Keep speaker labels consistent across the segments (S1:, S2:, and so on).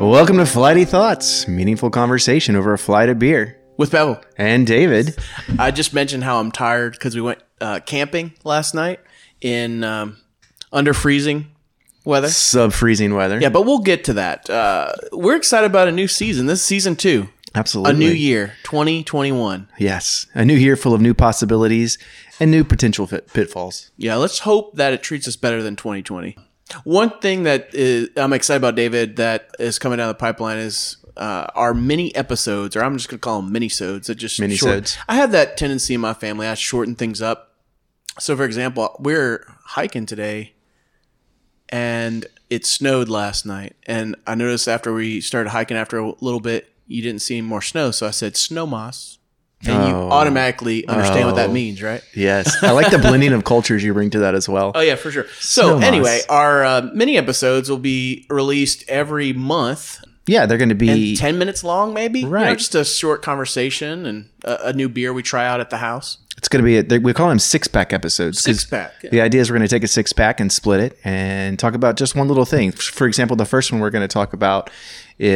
S1: Welcome to Flighty Thoughts, meaningful conversation over a flight of beer.
S2: with Bevel.
S1: And David,
S2: I just mentioned how I'm tired because we went uh, camping last night in um, under freezing weather.
S1: sub freezing weather.
S2: Yeah, but we'll get to that. Uh, we're excited about a new season. This is season two,
S1: absolutely.
S2: a new year, 2021.
S1: Yes, a new year full of new possibilities and new potential fit- pitfalls.
S2: Yeah, let's hope that it treats us better than 2020. One thing that is, I'm excited about, David, that is coming down the pipeline is uh, our mini episodes, or I'm just going to call them mini-sodes. That just short-
S1: Minisodes.
S2: I have that tendency in my family. I shorten things up. So, for example, we're hiking today, and it snowed last night. And I noticed after we started hiking, after a little bit, you didn't see any more snow. So I said snow moss, and you
S1: Oh.
S2: automatically understand what that
S1: Oh.
S2: means, right?
S1: Yes, I like the blending of cultures you bring to that as well.
S2: Oh yeah, for sure. So
S1: Snow moss.
S2: anyway, our uh, mini episodes will be released every month,
S1: Yeah, they're going to be
S2: and ten minutes long, maybe. You know,
S1: Right.
S2: just a short conversation and a, a new beer we try out at the house.
S1: It's going to be, they- we call them six pack episodes. 'cause
S2: Six pack.
S1: The idea is we're going to take a six pack and split it and talk about just one little thing. For example, the first one we're going to talk about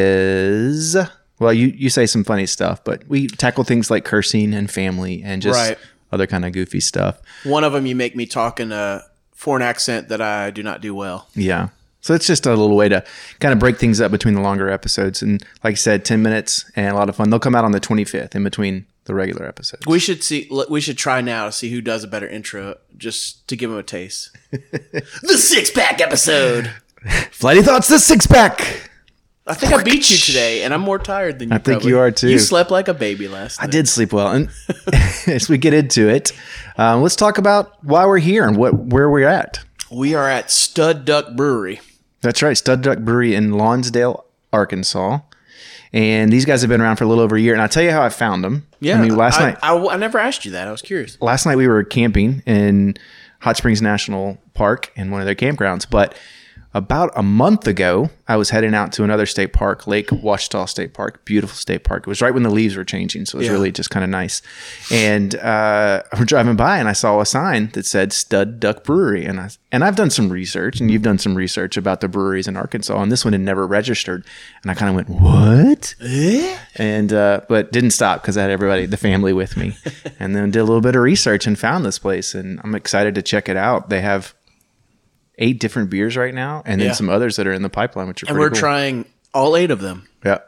S1: is, well, you, you say some funny stuff, but we tackle things like cursing and family and just
S2: Right.
S1: other kind of goofy stuff.
S2: One of them, you make me talk in a foreign accent that I do not do well.
S1: Yeah. So it's just a little way to kind of break things up between the longer episodes. And like I said, 10 minutes and a lot of fun. They'll come out on the 25th in between the regular episodes.
S2: We should see. l- We should try now to see who does a better intro, just to give them a taste. the six pack episode.
S1: Flighty Thoughts, the six pack.
S2: I think I beat you today, and I'm more tired than you. I
S1: think you are, too.
S2: You slept like a baby last night.
S1: I did sleep well. And as we get into it, um, let's talk about why we're here and what where we're at.
S2: We are at Stud Duck Brewery.
S1: That's right, Stud Duck Brewery in Lonsdale, Arkansas. And these guys have been around for a little over a year. And I'll tell you how I found them. I mean, last night
S2: I, I never asked you that. I was curious.
S1: last night we were camping in Hot Springs National Park in one of their campgrounds, but about a month ago, I was heading out to another state park, Lake Wachita State Park, beautiful state park. It was right when the leaves were changing, so it was
S2: Yeah.
S1: really just kind of nice. And uh, I'm driving by, and I saw a sign that said Stud Duck Brewery, and I and I've done some research, and you've done some research about the breweries in Arkansas, and this one had never registered, and I kind of went, "What?" and uh, but didn't stop because I had everybody, the family, with me, and then did a little bit of research and found this place, and I'm excited to check it out. They have eight different beers right now, and then
S2: Yeah.
S1: some others that are in the pipeline, which are
S2: And
S1: pretty
S2: we're
S1: cool.
S2: trying all eight of them.
S1: Yeah,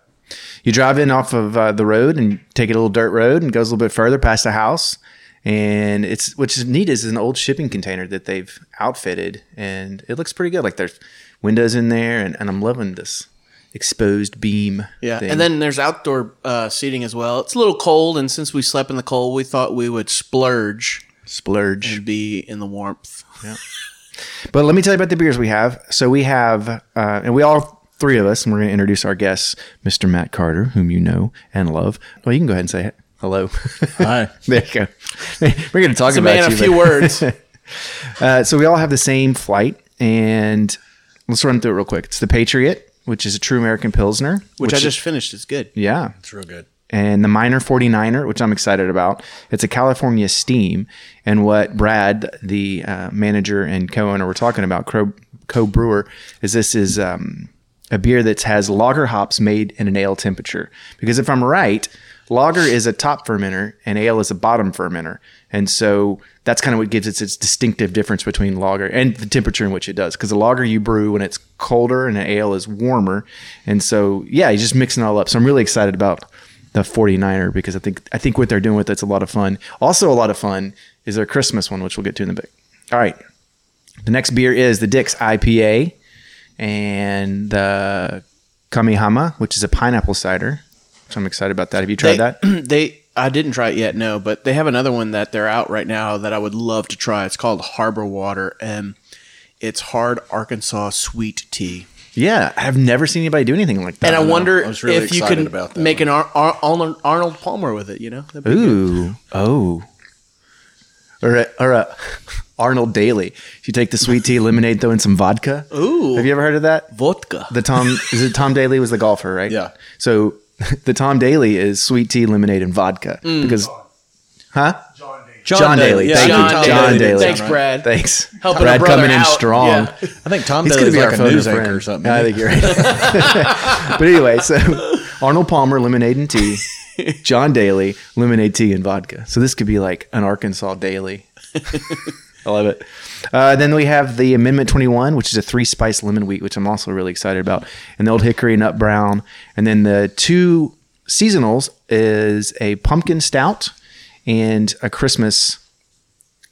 S1: you drive in off of uh, the road and take a little dirt road and goes a little bit further past the house, and it's which is neat is an old shipping container that they've outfitted, and it looks pretty good. Like there's windows in there, and, and I'm loving this exposed beam.
S2: Yeah.
S1: thing.
S2: And then there's outdoor uh, seating as well. It's a little cold, and since we slept in the cold, we thought we would splurge
S1: splurge.
S2: and be in the warmth.
S1: But let me tell you about the beers we have. So we have, uh, and we all three of us, and we're going to introduce our guests, Mr. Matt Carter, whom you know and love. Well, you can go ahead and say hello.
S2: Hi.
S1: there you go. We're going to talk
S2: The
S1: about
S2: man,
S1: you,
S2: a few
S1: but-
S2: words.
S1: Uh, so we all have the same flight, and let's run through it real quick. It's the Patriot, which is a true American Pilsner,
S2: Which I just finished. It's good.
S1: yeah,
S3: It's real good.
S1: and the Minor 49er, which I'm excited about. It's a California steam. And what Brad, the uh, manager and co owner, were talking about, co brewer, is this is um, a beer that has lager hops made in an ale temperature. Because if I'm right, lager is a top fermenter and ale is a bottom fermenter. And so that's kind of what gives it its distinctive difference between lager and the temperature in which it does. Because a lager you brew when it's colder and an ale is warmer. And so, yeah, you're just mixing it all up. So I'm really excited about the 49er because I think I think what they're doing with it's a lot of fun. Also a lot of fun is their Christmas one, which we'll get to in a bit. All right. The next beer is the Dick's IPA and the Kamihama, which is a pineapple cider. So I'm excited about that. Have you tried
S2: They-
S1: that?
S2: They, I didn't try it yet, no, but they have another one that they're out right now that I would love to try. It's called Harbor Water, and it's hard Arkansas sweet tea.
S1: Yeah, I've never seen anybody do anything like that.
S2: And I, wonder
S3: I was really
S2: if you
S3: excited
S2: can
S3: about that
S2: make an Ar- Ar- Arnold, Arnold Palmer with it. You know, That'd be good.
S1: Ooh, oh, or a, or a Arnold Daly. If you take the sweet tea lemonade, throw in some vodka.
S2: Ooh.
S1: have you ever heard of that?
S2: vodka.
S1: the Tom is it Tom Daly was the golfer, right?
S3: Yeah.
S1: So the Tom Daly is sweet tea, lemonade, and vodka because, huh? John,
S4: John Daly.
S1: Daly.
S2: Daly.
S1: Thank
S2: Yeah,
S1: you.
S2: John
S1: John
S2: Daly.
S1: Daly.
S3: Thanks,
S1: Right.
S3: Brad.
S1: Thanks.
S3: Helping
S1: Brad
S3: a brother
S1: coming in
S3: out.
S1: strong.
S3: Yeah.
S4: I think Tom
S1: He's
S4: Daly's
S1: gonna be
S4: like
S1: our
S4: a
S1: photo
S4: news
S1: friend.
S4: anchor or something.
S1: Yeah, I think you're right. but anyway, so Arnold Palmer lemonade and tea, John Daly lemonade, tea, and vodka. So this could be like an Arkansas daily. I love it. Uh, then we have the Amendment 21, which is a three spice lemon wheat, which I'm also really excited about, and the Old Hickory Nut Brown. And then the two seasonals is a pumpkin stout and a Christmas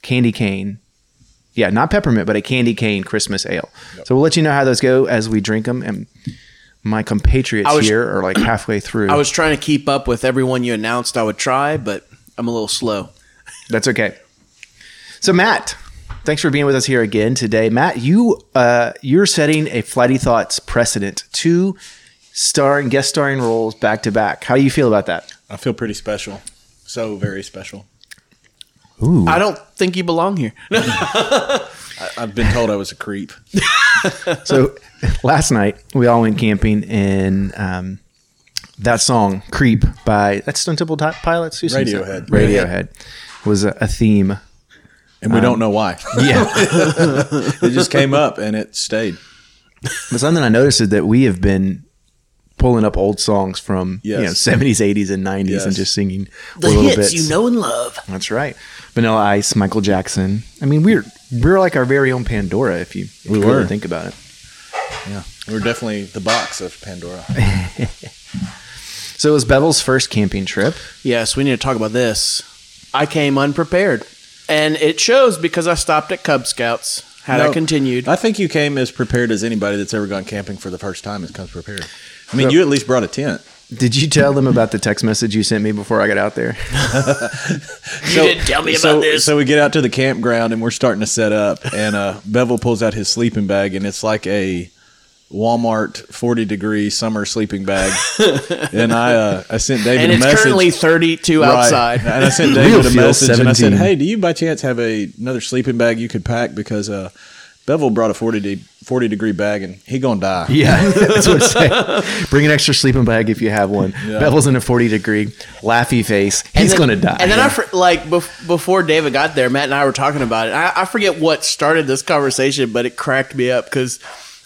S1: candy cane yeah, not peppermint, but a candy cane Christmas ale. So we'll let you know how those go as we drink them. And my compatriots
S2: I was-
S1: here are like halfway through.
S2: I was trying to keep up with everyone you announced I would try, but I'm a little slow.
S1: That's okay. So Matt, thanks for being with us here again today. Matt, you uh, you're setting a Flighty Thoughts precedent. Two starring guest starring roles back to back. How do you feel about that?
S4: I feel pretty special. So very special.
S2: I don't think you belong here.
S4: I've been told I was a creep.
S1: So last night we all went camping and um, that song "Creep" by that's Stone Temple Ti- Pilots. Who sings that?
S4: Radiohead.
S1: Radiohead was a, a theme.
S4: And
S1: Um,
S4: we don't know why.
S1: Yeah,
S4: It just came up and it stayed.
S1: but something I noticed is that we have been pulling up old songs from you know
S4: Yes.
S1: seventies, eighties, and nineties, and
S4: Yes.
S1: just singing
S2: The
S1: little
S2: hits
S1: bits.
S2: you know and love.
S1: That's right. Vanilla Ice, Michael Jackson. I mean, we're we're like our very own Pandora if you, if you really
S4: were.
S1: think about it.
S4: We're definitely the box of Pandora.
S1: So it was Bevel's first camping trip.
S2: Yes, we need to talk about this. I came unprepared, and it shows because I stopped at Cub Scouts. Had I
S4: No,
S2: continued,
S4: I think you came as prepared as anybody that's ever gone camping for the first time has comes prepared. I mean, you at least brought a tent.
S1: Did you tell them about the text message you sent me before I got out there?
S4: so,
S3: didn't tell me
S4: so-
S3: about this.
S4: So we get out to the campground and we're starting to set up, and uh, Bevel pulls out his sleeping bag, and it's like a Walmart forty degree summer sleeping bag. and I uh, I sent David
S2: and
S4: a
S2: it's
S4: message.
S2: currently 32
S4: Right.
S2: outside.
S4: and I sent
S1: Real
S4: David a
S1: feel
S4: message, and I said,
S1: 17.
S4: "Hey, do you by chance have a, another sleeping bag you could pack because uh, Bevel brought a forty de- forty degree bag, and he gonna die."
S1: Yeah, that's what I'm saying. Bring an extra sleeping bag if you have one. Bevel's in a 40 degree, laughy face. He's
S2: then-
S1: going to die.
S2: And then I for, like bef- before David got there, Matt and I were talking about it. I, I forget what started this conversation, but it cracked me up because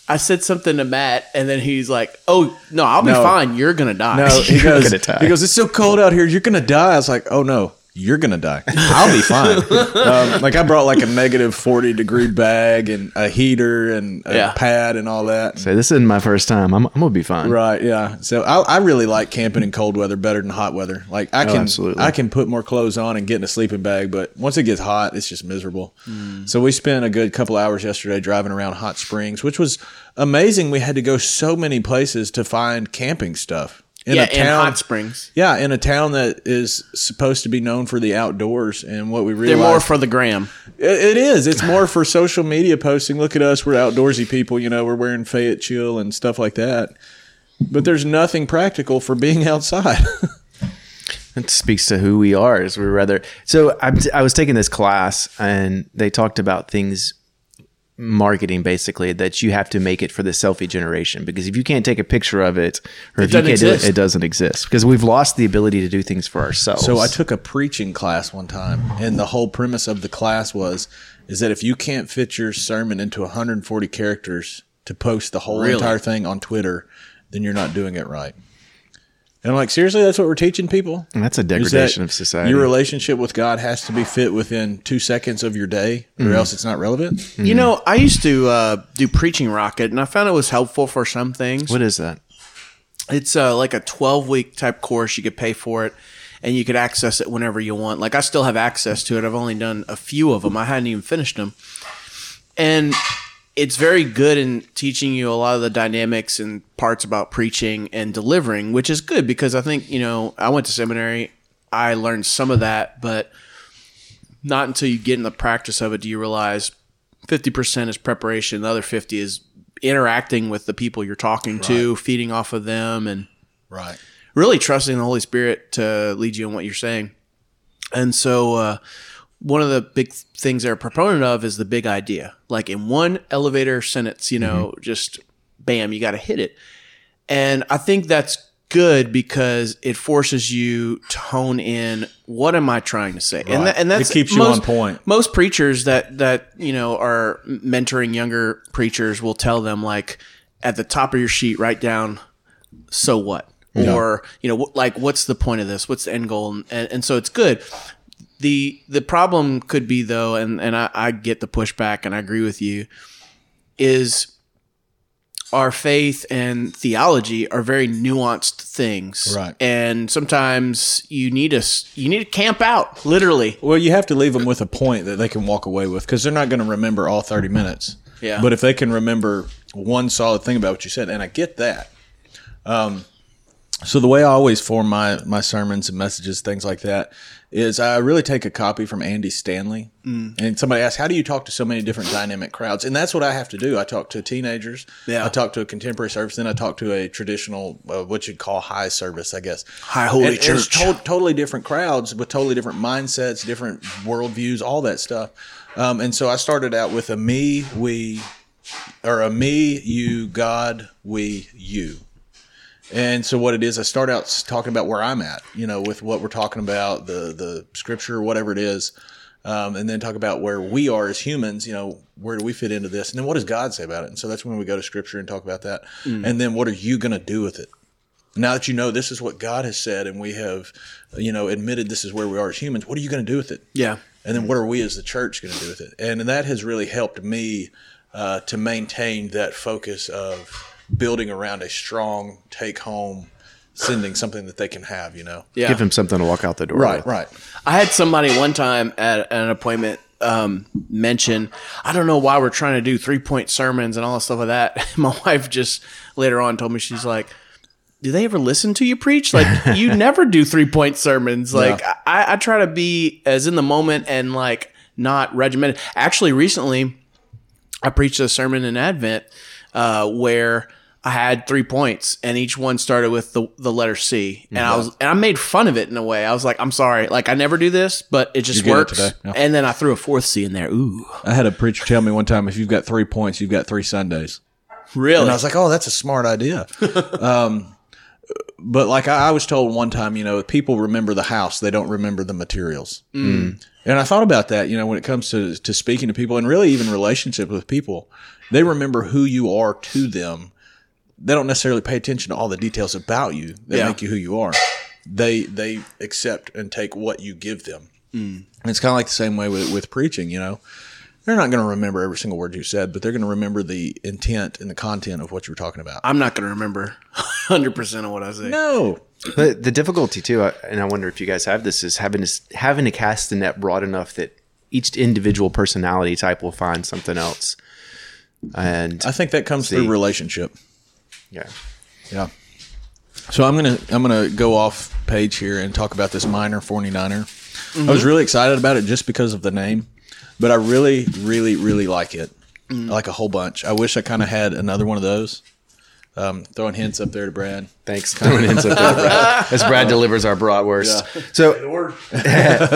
S2: I said something to Matt, and then he's like, "Oh no, I'll be
S4: No.
S2: fine. You're gonna die."
S4: No, he
S1: You're
S4: goes.
S1: gonna die.
S4: He goes. It's so cold out here. You're gonna die. I was like, oh no, you're gonna die. I'll be fine. um, like I brought like a negative forty degree bag and a heater and a
S2: Yeah.
S4: pad and all that.
S1: Say, this isn't my first time. I'm, I'm going to be fine.
S4: Right. Yeah. So I, I really like camping in cold weather better than hot weather. Like
S2: Oh,
S4: I can
S1: absolutely.
S4: I can put more clothes on and get in a sleeping bag, but once it gets hot, it's just miserable.
S2: Hmm.
S4: So we spent a good couple hours yesterday driving around hot springs, which was amazing. We had to go so many places to find camping stuff. In
S2: yeah,
S4: a
S2: in
S4: town,
S2: hot springs,
S4: yeah, in a town that is supposed to be known for the outdoors, and what we
S2: they're
S4: realized
S2: more for the gram.
S4: it, it is. It's more for social media posting. Look at us, we're outdoorsy people. You know, we're wearing Fayette chill and stuff like that. But there's nothing practical for being outside.
S1: It speaks to who we are. Is we're rather so. I'm, I was taking this class, and they talked about things marketing basically that you have to make it for the selfie generation because if you can't take a picture of it or if you
S2: doesn't
S1: can't do it,
S2: exist.
S1: it doesn't exist because we've lost the ability to do things for ourselves.
S4: so I took a preaching class one time, and the whole premise of the class was is that if you can't fit your sermon into 140 characters to post the whole
S2: Really?
S4: entire thing on Twitter, then you're not doing it right. And I'm like, seriously, that's what we're teaching people?
S1: And that's a
S4: is that
S1: degradation of society.
S4: Your relationship with God has to be fit within two seconds of your day, or
S1: Mm.
S4: else it's not relevant.
S2: You know, I used to uh, do preaching rocket, and I found it was helpful for some things.
S1: what is that?
S2: It's uh, like a 12 week type course. You could pay for it and you could access it whenever you want. Like, I still have access to it. I've only done a few of them, I hadn't even finished them. And it's very good in teaching you a lot of the dynamics and parts about preaching and delivering, which is good because I think, you know, I went to seminary, I learned some of that, but not until you get in the practice of it do you realize 50% is preparation the other 50 is interacting with the people you're talking to feeding off of them and
S4: Right.
S2: really trusting the holy spirit to lead you in what you're saying and so uh, one of the big things they're a proponent of is the big idea like in one
S4: Mm-hmm.
S2: elevator sentence you know just bam you got to hit it and i think that's good because it forces you to hone in what am I trying to say, and, that, and that's
S4: It keeps you
S2: most-
S4: on point.
S2: Most preachers that that you know are mentoring younger preachers will tell them like at the top of your sheet write down so what or you know wh- like what's the point of this what's the end goal and, and, and so it's good the the problem could be though and and I, I get the pushback and i agree with you is our faith and theology are very nuanced things
S4: Right.
S2: and sometimes you need us you need to camp out literally
S4: Well, you have to leave them with a point that they can walk away with because they're not going to remember all 30 minutes.
S2: Yeah.
S4: But if they can remember one solid thing about what you said, and I get that. Um, so the way I always form my, my sermons and messages, things like that, is I really take a copy from Andy Stanley.
S2: Mm.
S4: And somebody asks, how do you talk to so many different dynamic crowds? And that's what I have to do. I talk to teenagers.
S2: Yeah.
S4: I talk to a contemporary service. Then I talk to a traditional, uh, what you'd call high service, I guess.
S2: High holy
S4: And- and it's
S2: church.
S4: to- totally different crowds with totally different mindsets, different worldviews, all that stuff. Um, and so I started out with a me, we, or a me, you, God, we, you. And so what it is, I start out s- talking about where I'm at, you know, with what we're talking about, the the scripture, whatever it is, um, and then talk about where we are as humans, you know, where do we fit into this, and then what does God say about it? And so that's when we go to scripture and talk about that,
S2: Mm.
S4: and then what are you going to do with it? Now that you know this is what God has said, and we have, you know, admitted this is where we are as humans, what are you going to do with it?
S2: yeah
S4: and then what are we as the church going to do with it? And that has really helped me uh, to maintain that focus of building around a strong take home, sending something that they can have, you know?
S2: yeah
S1: Give him something to walk out the door.
S4: Right,
S1: with.
S4: right.
S2: I had somebody one time at an appointment um, mention, I don't know why we're trying to do three point sermons and all that stuff like that. My wife just later on told me, she's like, do they ever listen to you preach? Like, you never do three point sermons. Like, I, I try to be as in the moment and like not regimented. Actually, recently, I preached a sermon in Advent uh, where I had three points, and each one started with the, the letter C, and I was and I made fun of it in a way. I was like, "I'm sorry, like I never do this, but it just
S4: did it
S2: works."
S4: today, yeah.
S2: And then I threw a fourth C in there. Ooh,
S4: I had a preacher tell me one time if you've got three points, you've got three Sundays.
S2: really?
S4: And I was like, oh, that's a smart idea. um, but like I, I was told one time, you know, people remember the house, they don't remember the materials. And I thought about that, you know, when it comes to, to speaking to people and really even relationship with people, they remember who you are to them. They don't necessarily pay attention to all the details about you that
S2: Yeah.
S4: make you who you are. They they accept and take what you give them. And it's kind of like the same way with, with preaching, you know. They're not going to remember every single word you said, but they're going to remember the intent and the content of what you were talking about.
S2: I'm not going to remember 100 percent of what I say.
S4: no.
S1: But the difficulty too, I- and I wonder if you guys have this, is having to having to cast the net broad enough that each individual personality type will find something else. And
S4: I think that comes through relationship.
S1: yeah,
S4: Yeah. So I'm gonna I'm gonna go off page here and talk about this minor 49er. I was really excited about it just because of the name, but I really really really like it. I like a whole bunch. I wish I kind of had another one of those. Um, throwing hints up there to Brad.
S1: thanks. Throwing in something, Brad. As Brad delivers our bratwurst. So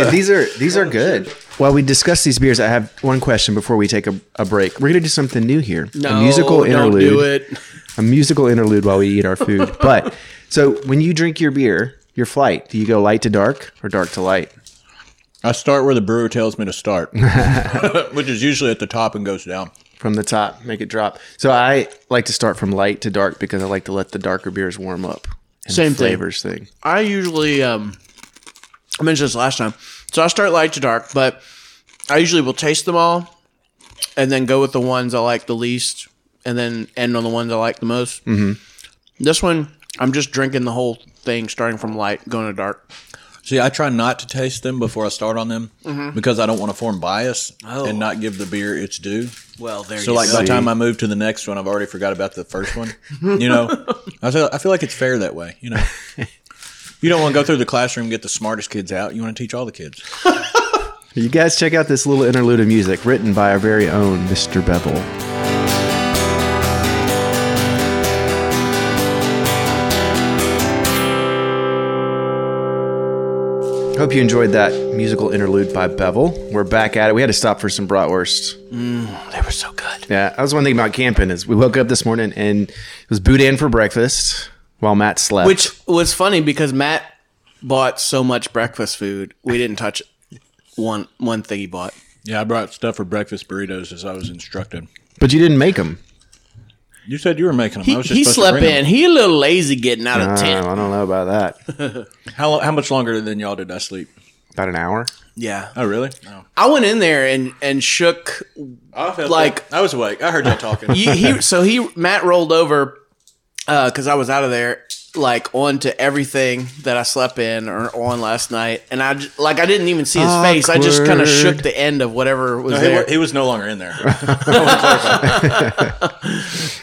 S1: these are these are good. While we discuss these beers, I have one question before we take a, a break. We're gonna do something new here.
S2: No,
S1: a musical interlude.
S2: Don't do it.
S1: A musical interlude while we eat our food. but so when you drink your beer, your flight, do you go light to dark or dark to light?
S4: I start where the brewer tells me to start, which is usually at the top and goes down.
S1: from the top, make it drop. So I like to start from light to dark because I like to let the darker beers warm up. And
S2: Same thing.
S1: flavors thing.
S2: I usually um I mentioned this last time. So I start light to dark, but I usually will taste them all and then go with the ones I like the least and then end on the ones I like the most. Mm-hmm. This one, I'm just drinking the whole thing, starting from light, going to dark.
S4: See, I try not to taste them before I start on them because I don't want to form bias and not give the beer its due.
S2: Well, there
S4: So like by the time I move to the next one, I've already forgot about the first one. You know, I feel, I feel like it's fair that way. You know, you don't want to go through the classroom and get the smartest kids out. You want to teach all the kids.
S1: You guys check out this little interlude of music written by our very own Mr. Bevel. Hope you enjoyed that musical interlude by Bevel. We're back at it. We had to stop for some bratwurst.
S2: they were so good.
S1: Yeah, that was one thing about camping is we woke up this morning and it was boudin for breakfast. while Matt slept.
S2: Which was funny because Matt bought so much breakfast food, we didn't touch one one thing he bought.
S4: Yeah, I brought stuff for breakfast burritos as I was instructed.
S1: but you didn't make them.
S4: You said you were making them.
S2: He,
S4: I was just
S2: he
S4: supposed to
S2: slept
S4: bring
S2: in.
S4: 'em.
S2: He a little lazy getting out
S1: Oh,
S2: of tent.
S1: I don't know about that.
S4: How lo- how much longer than y'all did I sleep?
S1: About an hour.
S2: Yeah,
S4: Oh, really? No.
S2: I went in there and and shook.
S4: I felt
S2: Like-
S4: I was awake. I heard y'all talking.
S2: He, he so he Matt rolled over because I was out of there like onto everything that I slept in or on last night, and I j- like I didn't even see his face. I just kind of shook
S1: Awkward.
S2: the end of whatever was
S4: No, he,
S2: there.
S4: wa- he was no longer in there.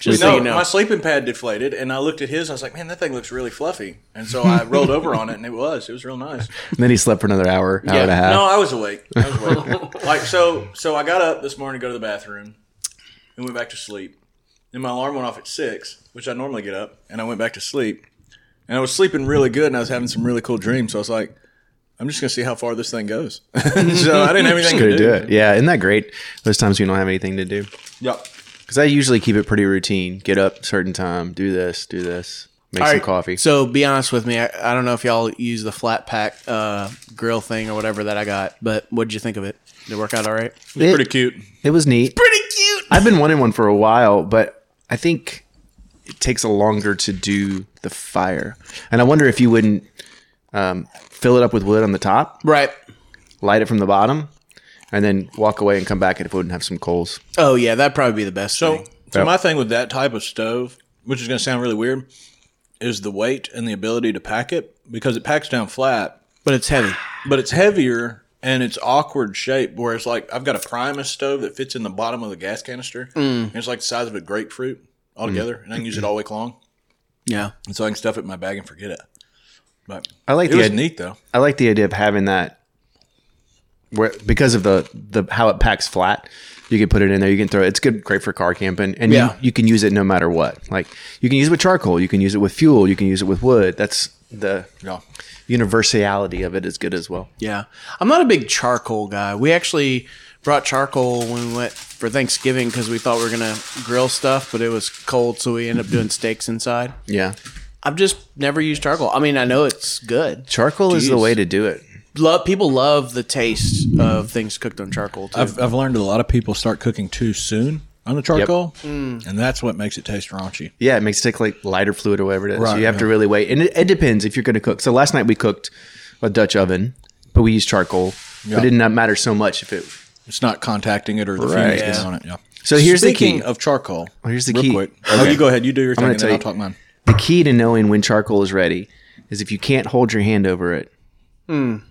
S2: just so
S4: no,
S2: you know.
S4: my sleeping pad deflated, and I looked at his. I was like, "Man, that thing looks really fluffy." And so I rolled over on it, and it was. It was real nice.
S1: And then he slept for another hour, hour and
S2: Uh,
S1: a half.
S4: No, I was awake. I was awake. like so, so I got up this morning to go to the bathroom, and went back to sleep. Then my alarm went off at six, which I normally get up, and I went back to sleep. And I was sleeping really good, and I was having some really cool dreams. So I was like, "I'm just gonna see how far this thing goes." so I didn't have anything
S1: Gonna
S4: to do.
S1: do it. Yeah, isn't that great? Those times we don't have anything to do.
S4: Yep.
S1: Because I usually keep it pretty routine. Get up certain time, do this, do this, make some
S2: All right,
S1: coffee.
S2: So be honest with me. I, I don't know if y'all use the flat pack uh, grill thing or whatever that I got, but what did you think of it? Did it work out all right?
S4: It was pretty cute.
S1: It was neat.
S2: Pretty cute.
S1: I've been wanting one for a while, but I think it takes a longer to do the fire. And I wonder if you wouldn't um, fill it up with wood on the top,
S2: Right.
S1: light it from the bottom, and then walk away and come back and if it wouldn't have some coals.
S2: Oh yeah, that'd probably be the best.
S4: So,
S2: thing.
S4: so
S1: Yep.
S4: my thing with that type of stove, which is going to sound really weird, is the weight and the ability to pack it because it packs down flat,
S2: but it's heavy.
S4: but it's heavier and it's awkward shape. Whereas, like I've got a Primus stove that fits in the bottom of the gas canister,
S1: Mm.
S4: and it's like the size of a grapefruit altogether, and I can use it all week long,
S2: Yeah.
S4: and so I can stuff it in my bag and forget it. But
S1: I like
S4: it
S1: the
S4: was
S1: id-
S4: neat though.
S1: I like the idea of having that where because of the the how it packs flat. You can put it in there. You can throw it. It's good, great for car camping, and
S2: Yeah.
S1: you, you can use it no matter what. Like you can use it with charcoal. You can use it with fuel. You can use it with wood. That's the
S4: Yeah.
S1: universality of it is good as well.
S2: Yeah. I'm not a big charcoal guy. We actually brought charcoal when we went for Thanksgiving because we thought we were gonna grill stuff, but it was cold, so we ended up doing steaks inside.
S1: Yeah,
S2: I've just never used charcoal. I mean, I know it's good.
S1: charcoal is the
S2: Jeez.
S1: way to do it.
S2: Love people love the taste of things cooked on charcoal too.
S4: I've, I've learned a lot of people start cooking too soon on the charcoal,
S1: Mm.
S4: and that's what makes it taste raunchy.
S1: Yeah, it makes it take like lighter fluid or whatever it is. so
S4: Right,
S1: you have to really wait, and it, it depends if you're going to cook. So last night we cooked a Dutch oven, but we used charcoal.
S4: Yeah.
S1: It did not matter so much if it.
S4: It's not contacting it or the
S1: Right.
S4: fumes getting
S2: Yeah.
S4: on it. Yeah.
S1: So here's the
S4: Speaking
S1: key.
S4: of charcoal.
S1: Here's the
S4: real
S1: key.
S4: Quick.
S1: Okay.
S4: Oh, you go ahead. You do your thing,
S1: gonna
S4: and then
S1: tell
S4: I'll
S1: you.
S4: talk mine.
S1: the key to knowing when charcoal is ready is if you can't hold your hand over it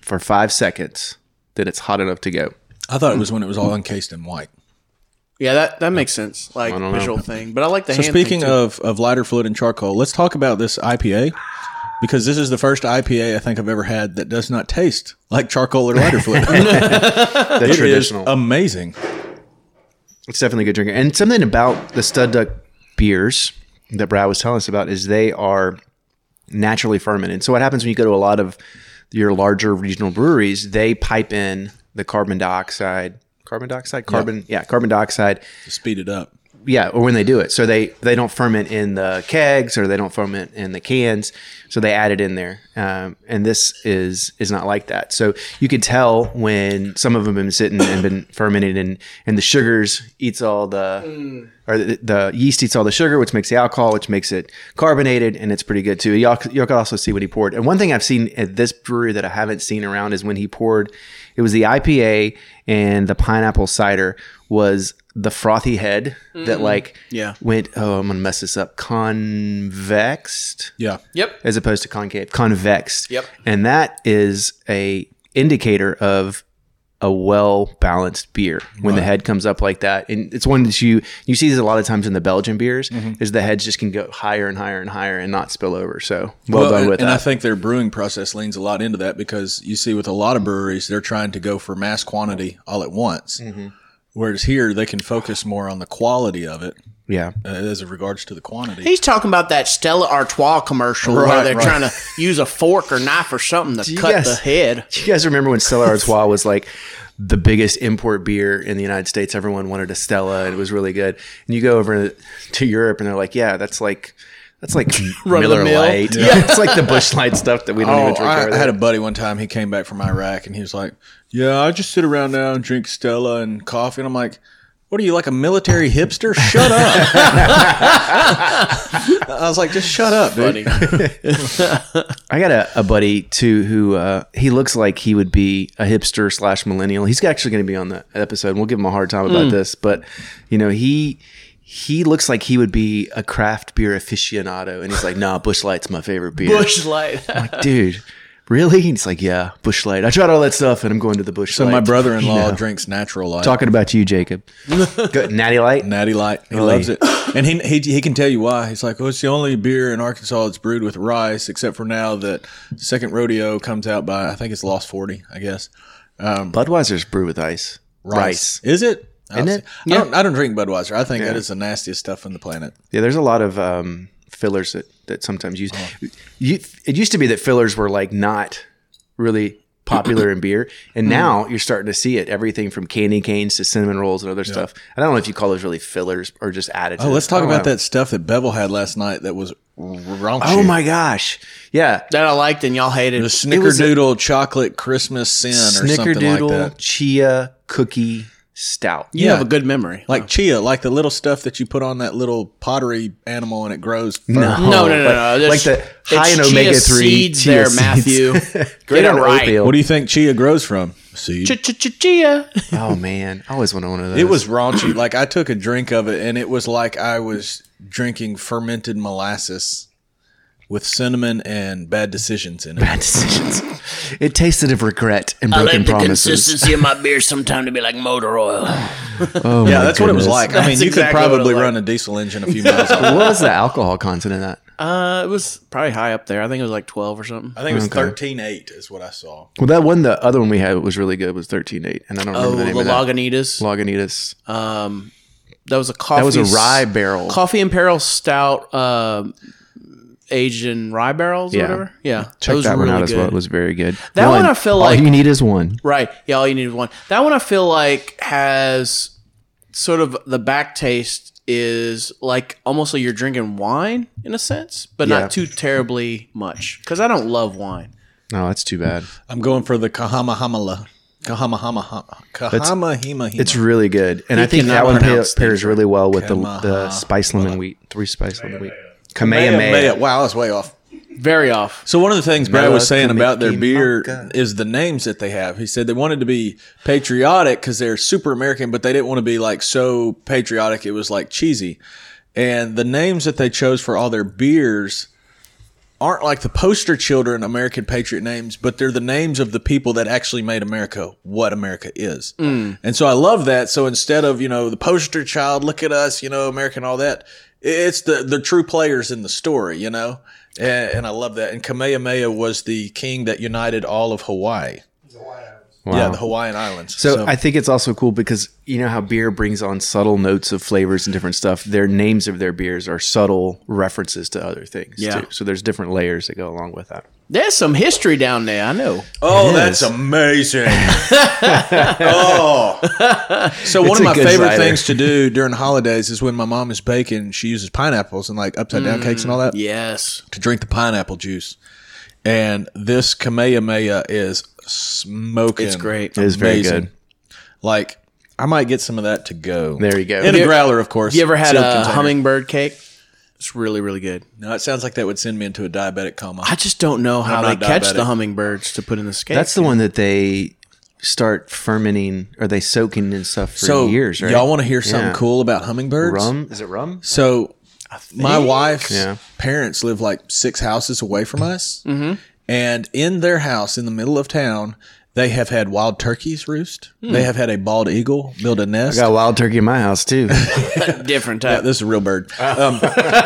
S1: for five seconds, then it's hot enough to go.
S4: I thought Hmm. it was when it was all encased in white.
S2: Yeah, that, that makes sense. Like
S1: don't know.
S2: visual thing. But I like the
S4: So
S2: hand
S4: speaking
S2: thing too.
S4: of, of lighter fluid and charcoal, let's talk about this IPA because this is the first IPA I think I've ever had that does not taste like charcoal or lighter fluid. it
S1: The
S4: is
S1: traditional.
S4: amazing.
S1: it's definitely a good drinker. And something about the stud duck beers that Brad was telling us about is they are naturally fermented. So what happens when you go to a lot of your larger regional breweries, they pipe in the carbon dioxide, carbon dioxide, carbon, yeah carbon dioxide
S4: Speed it up.
S1: yeah, or when they do it. So they they don't ferment in the kegs or they don't ferment in the cans. So they add it in there, um, and this is is not like that. So you could tell when some of them have been sitting and been fermented, and and the sugars eats all the or the, the yeast eats all the sugar, which makes the alcohol, which makes it carbonated, and it's pretty good too. Y'all c- y'all could also see what he poured. And one thing I've seen at this brewery that I haven't seen around is when he poured, it was the IPA and the pineapple cider was the frothy head that like
S2: Yeah.
S1: went oh I'm gonna mess this up convexed
S4: Yeah.
S2: Yep.
S1: as opposed to concave convexed
S2: Yep.
S1: and that is a indicator of a well balanced beer when the head comes up like that and it's one that you you see this a lot of times in the Belgian beers is the heads just can go higher and higher and higher and not spill over so well,
S4: Well,
S1: done
S4: and,
S1: with
S4: and I
S1: that
S4: think their brewing process leans a lot into that because you see with a lot of breweries they're trying to go for mass quantity all at once,
S1: Mm-hmm.
S4: whereas here they can focus more on the quality of it
S1: yeah
S4: uh, as regards to the quantity.
S2: He's talking about that Stella Artois commercial where
S4: Right,
S2: they're
S4: right.
S2: trying to use a fork or knife or something to
S1: you
S2: cut
S1: guys-
S2: the head.
S1: Do you guys remember when Stella Artois was like the biggest import beer in the United States? Everyone wanted a Stella, and it was really good. And you go over to Europe, and they're like, "Yeah, that's like That's like
S2: Run of the
S1: Miller
S2: mill.
S1: Lite. Yeah. it's like the Bush Light stuff that we don't even
S4: Oh,
S1: drink.
S4: I,
S1: over
S4: I
S1: there.
S4: had a buddy one time. He came back from Iraq and he was like, "Yeah, I just sit around now and drink Stella and coffee." And I'm like, "What are you like a military hipster? Shut up!" I was like, "Just shut up, dude."
S1: I got a, a buddy too who uh, he looks like he would be a hipster slash millennial. He's actually going to be on the episode. and We'll give him a hard time about this, but you know he he looks like he would be a craft beer aficionado, and he's like, "Nah, Bush Light's my favorite beer."
S2: Bush Light.
S1: Like, dude, really? And he's like, "Yeah, Bush Light. I tried all that stuff, and I'm going to the Bush
S4: So
S1: Light."
S4: my brother-in-law
S1: You know,
S4: drinks natural light,
S1: talking about you, Jacob. Good, Natty Light.
S4: natty light. He loves it, and he, he he can tell you why. He's like, "Oh, it's the only beer in Arkansas that's brewed with rice, except for now that Second Rodeo comes out by I think it's Lost Forty, I guess."
S1: Budweiser's brew with ice.
S4: is it? Isn't
S1: it?
S4: I don't, I don't drink Budweiser. I think that is the nastiest stuff on the planet.
S1: Yeah, there's a lot of um, fillers that, that sometimes use. You, it used to be that fillers were like not really popular in beer,
S4: Mm.
S1: and now you're starting to see it. Everything from candy canes to cinnamon rolls and other stuff. I don't know if you call those really fillers or just additives.
S4: Oh, let's talk
S1: I don't
S4: about
S1: know.
S4: that stuff that Bevel had last night that was raunchy.
S1: Oh my gosh! Yeah,
S2: that I liked and y'all hated.
S4: The
S1: was a-
S4: snickerdoodle chocolate Christmas sin or something like
S1: snickerdoodle
S4: that.
S1: chia cookie stout.
S2: you
S4: yeah.
S2: have a good memory.
S1: Oh.
S4: Like chia, like the little stuff that you put on that little pottery animal and it grows. fur.
S2: no, no, no,
S1: oh, like,
S2: no.
S1: like
S2: There's-
S1: the high
S2: it's
S1: in
S2: chia
S1: omega three
S2: seeds there, Matthew.
S1: Great
S2: it
S1: on
S2: right.
S1: oatmeal.
S4: What do you think chia grows from? Seed.
S2: Chia.
S1: oh man, I always want one of those.
S4: It was raunchy. like I took a drink of it and it was like I was drinking fermented molasses with cinnamon and bad decisions in it.
S1: bad decisions. It tasted of regret and broken promises.
S3: consistency of my beer sometime to be like motor oil.
S1: Oh,
S4: Yeah,
S1: my
S4: that's what it was
S1: goodness.
S4: like. I
S2: That's
S4: mean, you
S2: exactly what
S4: could
S2: it
S4: probably
S2: was
S4: run a diesel engine a few miles. away.
S1: What was the alcohol content in that?
S2: Uh, it was probably high up there. I think it was like twelve or something.
S4: I think it was thirteen eight is what I saw.
S1: Well, that one, the other one we had was really good. Was thirteen eight, and I don't
S2: Oh,
S1: remember the
S2: the
S1: name of that.
S2: Lagunitas.
S1: Lagunitas.
S2: Um, that was a coffee.
S1: that was a
S2: s-
S1: rye barrel.
S2: coffee and barrel stout, um aged in rye barrels or
S1: Yeah.
S2: whatever. Yeah,
S1: Check
S2: was
S1: that one
S2: really
S1: out as well.
S2: good.
S1: It was very good.
S2: That one I feel like-
S1: all you need is one.
S2: Right. Yeah, all you needed one. That one I feel like has sort of the back taste is like almost like you're drinking wine in a sense, but
S1: Yeah.
S2: not too terribly much because I don't love wine.
S1: No, Oh, that's too bad.
S4: I'm going for the Kahamahamala. Kahamahamahama. Kahamahimahima.
S1: It's really good, and I think
S2: cannot
S1: that one pa-
S2: pronounce
S1: pairs really well with the
S4: Kamaha-
S1: the spice lemon wheat, three spice lemon wheat.
S4: Maya, Maya.
S1: Kamehameha.
S4: Wow, that's way off.
S2: Very off.
S4: So one of the things Brad
S1: Mela
S4: was saying about their
S1: Kamiki
S4: beer
S1: Maka.
S4: is the names that they have. He said they wanted to be patriotic because they're super American, but they didn't want to be like so patriotic it was like cheesy. And the names that they chose for all their beers aren't like the poster children American patriot names, but they're the names of the people that actually made America what America is. And so I love that. So instead of, you know, the poster child, look at us, you know, American, all that, it's the, the true players in the story, you know? And, and I love that. And Kamehameha was the king that united all of Hawaii. Yeah, the Hawaiian Islands.
S1: So, I think it's also cool because you know how beer brings on subtle notes of flavors and different stuff. Their names of their beers are subtle references to other things
S2: Yeah.
S1: too. So there's different layers that go along with that.
S2: There's some history down there. I know.
S4: Oh,
S1: It
S4: that's
S1: is.
S4: amazing. oh. So one
S1: It's
S4: of
S1: a
S4: my
S1: good
S4: favorite
S1: cider.
S4: things to do during holidays is when my mom is baking, she uses pineapples and like upside down cakes and all
S1: Mm.
S4: that
S2: Yes.
S4: to drink the pineapple juice. And this Kamehameha is smoking.
S2: It's great.
S1: It is very
S4: Amazing.
S1: good.
S4: Like I might get some of that to go.
S1: There you go.
S4: In a
S1: You-
S4: growler, of course.
S2: You ever had
S4: Sealed
S2: a
S4: container.
S2: hummingbird cake? It's really, really good.
S4: No, it sounds like that would send me into a diabetic coma.
S2: I just don't know how they
S4: I'm not
S2: catch the
S4: diabetic.
S2: hummingbirds to put in this cake.
S1: That's the one that they start fermenting or they soaking and stuff for
S4: so
S1: years, right?
S4: y'all want to hear something
S1: Yeah.
S4: cool about hummingbirds?
S1: rum? Is it rum?
S4: So my wife's
S1: Yeah.
S4: parents live like six houses away from us, and in their house in the middle of town, they have had wild turkeys roost. They have had a bald eagle build a nest.
S1: Got wild turkey in my house too.
S2: different type.
S4: This is a real bird. Um,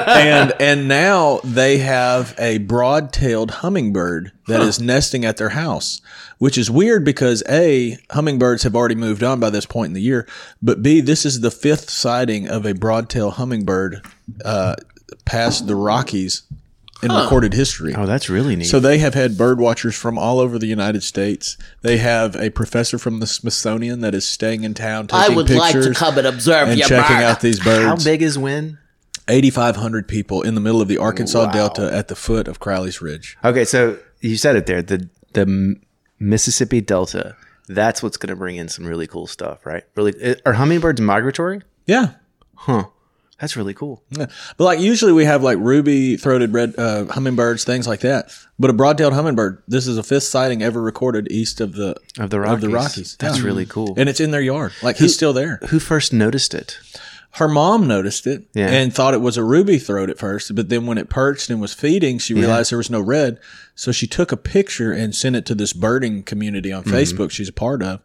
S4: and and now they have a broad-tailed hummingbird that is nesting at their house, which is weird because a hummingbirds have already moved on by this point in the year, but b this is the fifth sighting of a broad-tailed hummingbird uh, past the Rockies in recorded history.
S1: oh, that's really neat.
S4: So they have had bird watchers from all over the United States. They have a professor from the Smithsonian that is staying in town taking
S3: I would like
S4: pictures
S3: to come and observe
S4: and
S3: your
S4: checking
S3: bird.
S4: out these birds.
S1: how big is when?
S4: 8,500 people in the middle of the Arkansas Delta at the foot of Crowley's Ridge.
S1: Okay, so you said it there. The the M- Mississippi Delta. That's what's going to bring in some really cool stuff, right? Really, eh, are hummingbirds migratory?
S4: Yeah.
S1: That's really cool.
S4: yeah. But like usually we have like ruby throated red uh, hummingbirds, things like that. But a broad tailed hummingbird, this is the fifth sighting ever recorded east of the,
S1: Of the Rockies.
S4: Of the Rockies.
S1: That's
S4: Yeah.
S1: really cool.
S4: And it's in their yard. Like he's still there.
S1: Who first noticed it?
S4: her mom noticed it
S1: Yeah.
S4: and thought it was a ruby throat at first, but then when it perched and was feeding, she realized there was no red. So she took a picture and sent it to this birding community on
S2: Mm-hmm.
S4: Facebook she's a part of.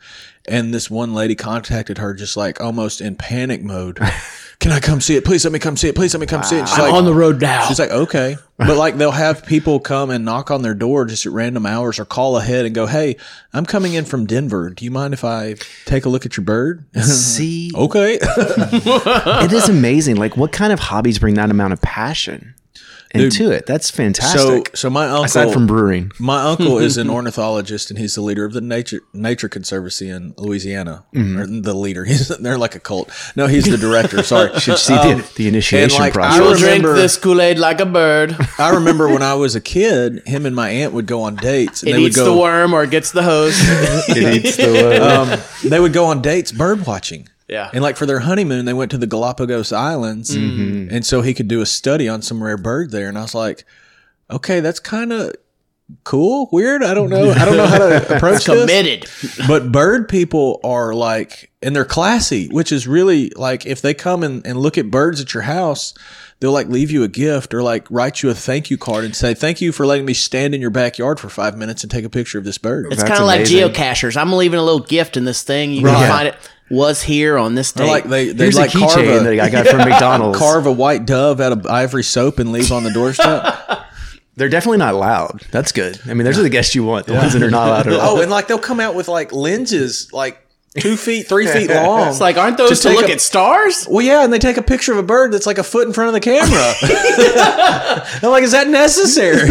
S4: And this one lady contacted her just like almost in panic mode. Can I come see it? Please let me come see it. Please let me come see it. She's like,
S2: on the road now.
S4: She's like, okay. But like they'll have people come and knock on their door just at random hours or call ahead and go, Hey, I'm coming in from Denver. Do you mind if I take a look at your bird?
S1: See,
S4: okay. Oh.
S1: it is amazing. Like, what kind of hobbies bring that amount of passion into it? That's
S4: so,
S1: fantastic.
S4: so my uncle,
S1: Aside from brewing,
S4: My uncle is an ornithologist, and he's the leader of the nature nature conservancy in Louisiana.
S1: Mm-hmm.
S4: Or the leader, he's they're like a cult. No, he's the director. Sorry,
S1: should see the- the initiation
S4: Uh, um, and, like,
S1: process.
S4: I
S2: You'll drink
S4: remember,
S2: this Kool Aid like a bird.
S4: I remember when I was a kid, him and my aunt would go on dates, and
S2: It
S4: they would
S2: eats the
S4: go.
S2: worm or gets the hose.
S1: it eats the uh, world.
S4: um, they would go on dates bird watching.
S2: Yeah.
S4: and like for their honeymoon, they went to the Galapagos Islands,
S1: Mm-hmm.
S4: and so he could do a study on some rare bird there. And I was like, okay, that's kind of cool, weird. I don't know. I don't know how to approach this.
S3: Committed.
S4: but bird people are like and they're classy which is really like if they come and, and look at birds at your house they'll like leave you a gift or like write you a thank you card and say thank you for letting me stand in your backyard for five minutes and take a picture of this bird
S3: It's
S1: That's
S3: kind of like
S1: amazing.
S3: geocachers. I'm leaving a little gift in this thing. You can
S4: Right.
S3: find it. Was here on this
S4: Or
S3: day.
S4: like they they
S1: Here's
S4: like
S1: a
S4: carve
S1: keychain that
S4: a,
S1: I got from McDonald's.
S4: carve a white dove out of ivory soap and leave on the doorstep
S1: They're definitely not loud. That's good. I mean, those are the guests you want. The ones that are not loud at all.
S4: oh and like they'll come out with like lenses like two feet three feet long
S2: It's like, aren't those
S4: Just
S2: to
S4: take
S2: look
S4: a-
S2: at stars?
S4: Well, yeah, and they take a picture of a bird that's like a foot in front of the camera. I'm like, is that necessary?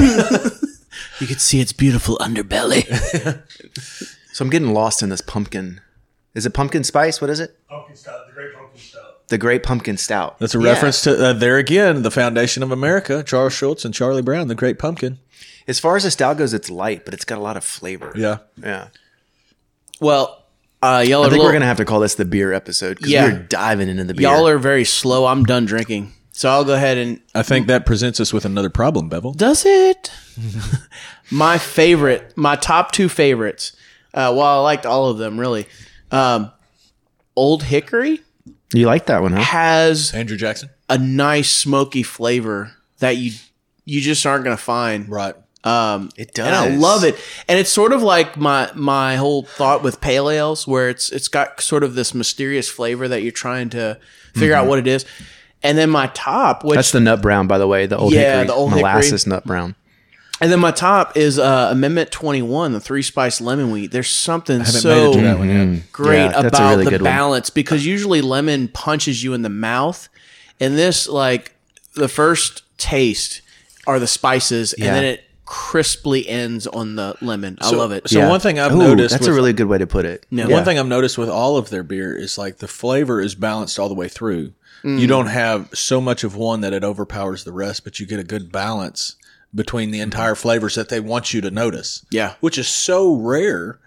S3: you could see its beautiful underbelly.
S1: So I'm getting lost in this pumpkin. Is it pumpkin spice? What is it?
S5: pumpkin stout, the great pumpkin stout.
S1: The great pumpkin stout.
S4: That's a reference to uh, there again, the foundation of America, Charles Schultz and Charlie Brown, the Great Pumpkin.
S1: As far as a stout goes, it's light, but it's got a lot of flavor. Yeah.
S2: Well, uh, y'all are
S1: I think
S2: little-
S1: we're going to have to call this the beer episode because
S2: Yeah.
S1: we're diving into the beer.
S2: y'all are very slow. I'm done drinking, so I'll go ahead and uh,
S4: I think that presents us with another problem, Bevel.
S2: Does it? my favorite, my top two favorites. Uh, well, I liked all of them really. Um, Old Hickory
S1: you like that one, huh?
S2: has
S4: Andrew Jackson.
S2: a nice smoky flavor that you you just aren't gonna find.
S4: Right.
S1: It does.
S2: And I love it. And it's sort of like my my whole thought with pale ales, where it's it's got sort of this mysterious flavor that you're trying to figure out what it is. And then my top, which
S1: That's the nut brown, by the way. The old
S2: Yeah,
S1: hickory,
S2: the Old
S1: molasses nut brown.
S2: And then my top is uh, Amendment 21, the three spice lemon wheat. There's something
S4: Haven't made it
S2: so
S4: to that one yet.
S2: great
S1: Yeah, that's a
S2: about
S1: really
S2: the
S1: good one.
S2: balance because usually lemon punches you in the mouth. And this, like, the first taste are the spices,
S1: Yeah.
S2: and then it crisply ends on the lemon. I love it.
S4: So
S1: Yeah.
S4: one thing I've
S1: Ooh,
S4: noticed
S1: That's a
S4: with-
S1: really good way to put it.
S2: No.
S1: Yeah.
S4: One thing I've noticed with all of their beer is like the flavor is balanced all the way through. You don't have so much of one that it overpowers the rest, but you get a good balance between the entire flavors that they want you to notice.
S2: Yeah.
S4: Which is so rare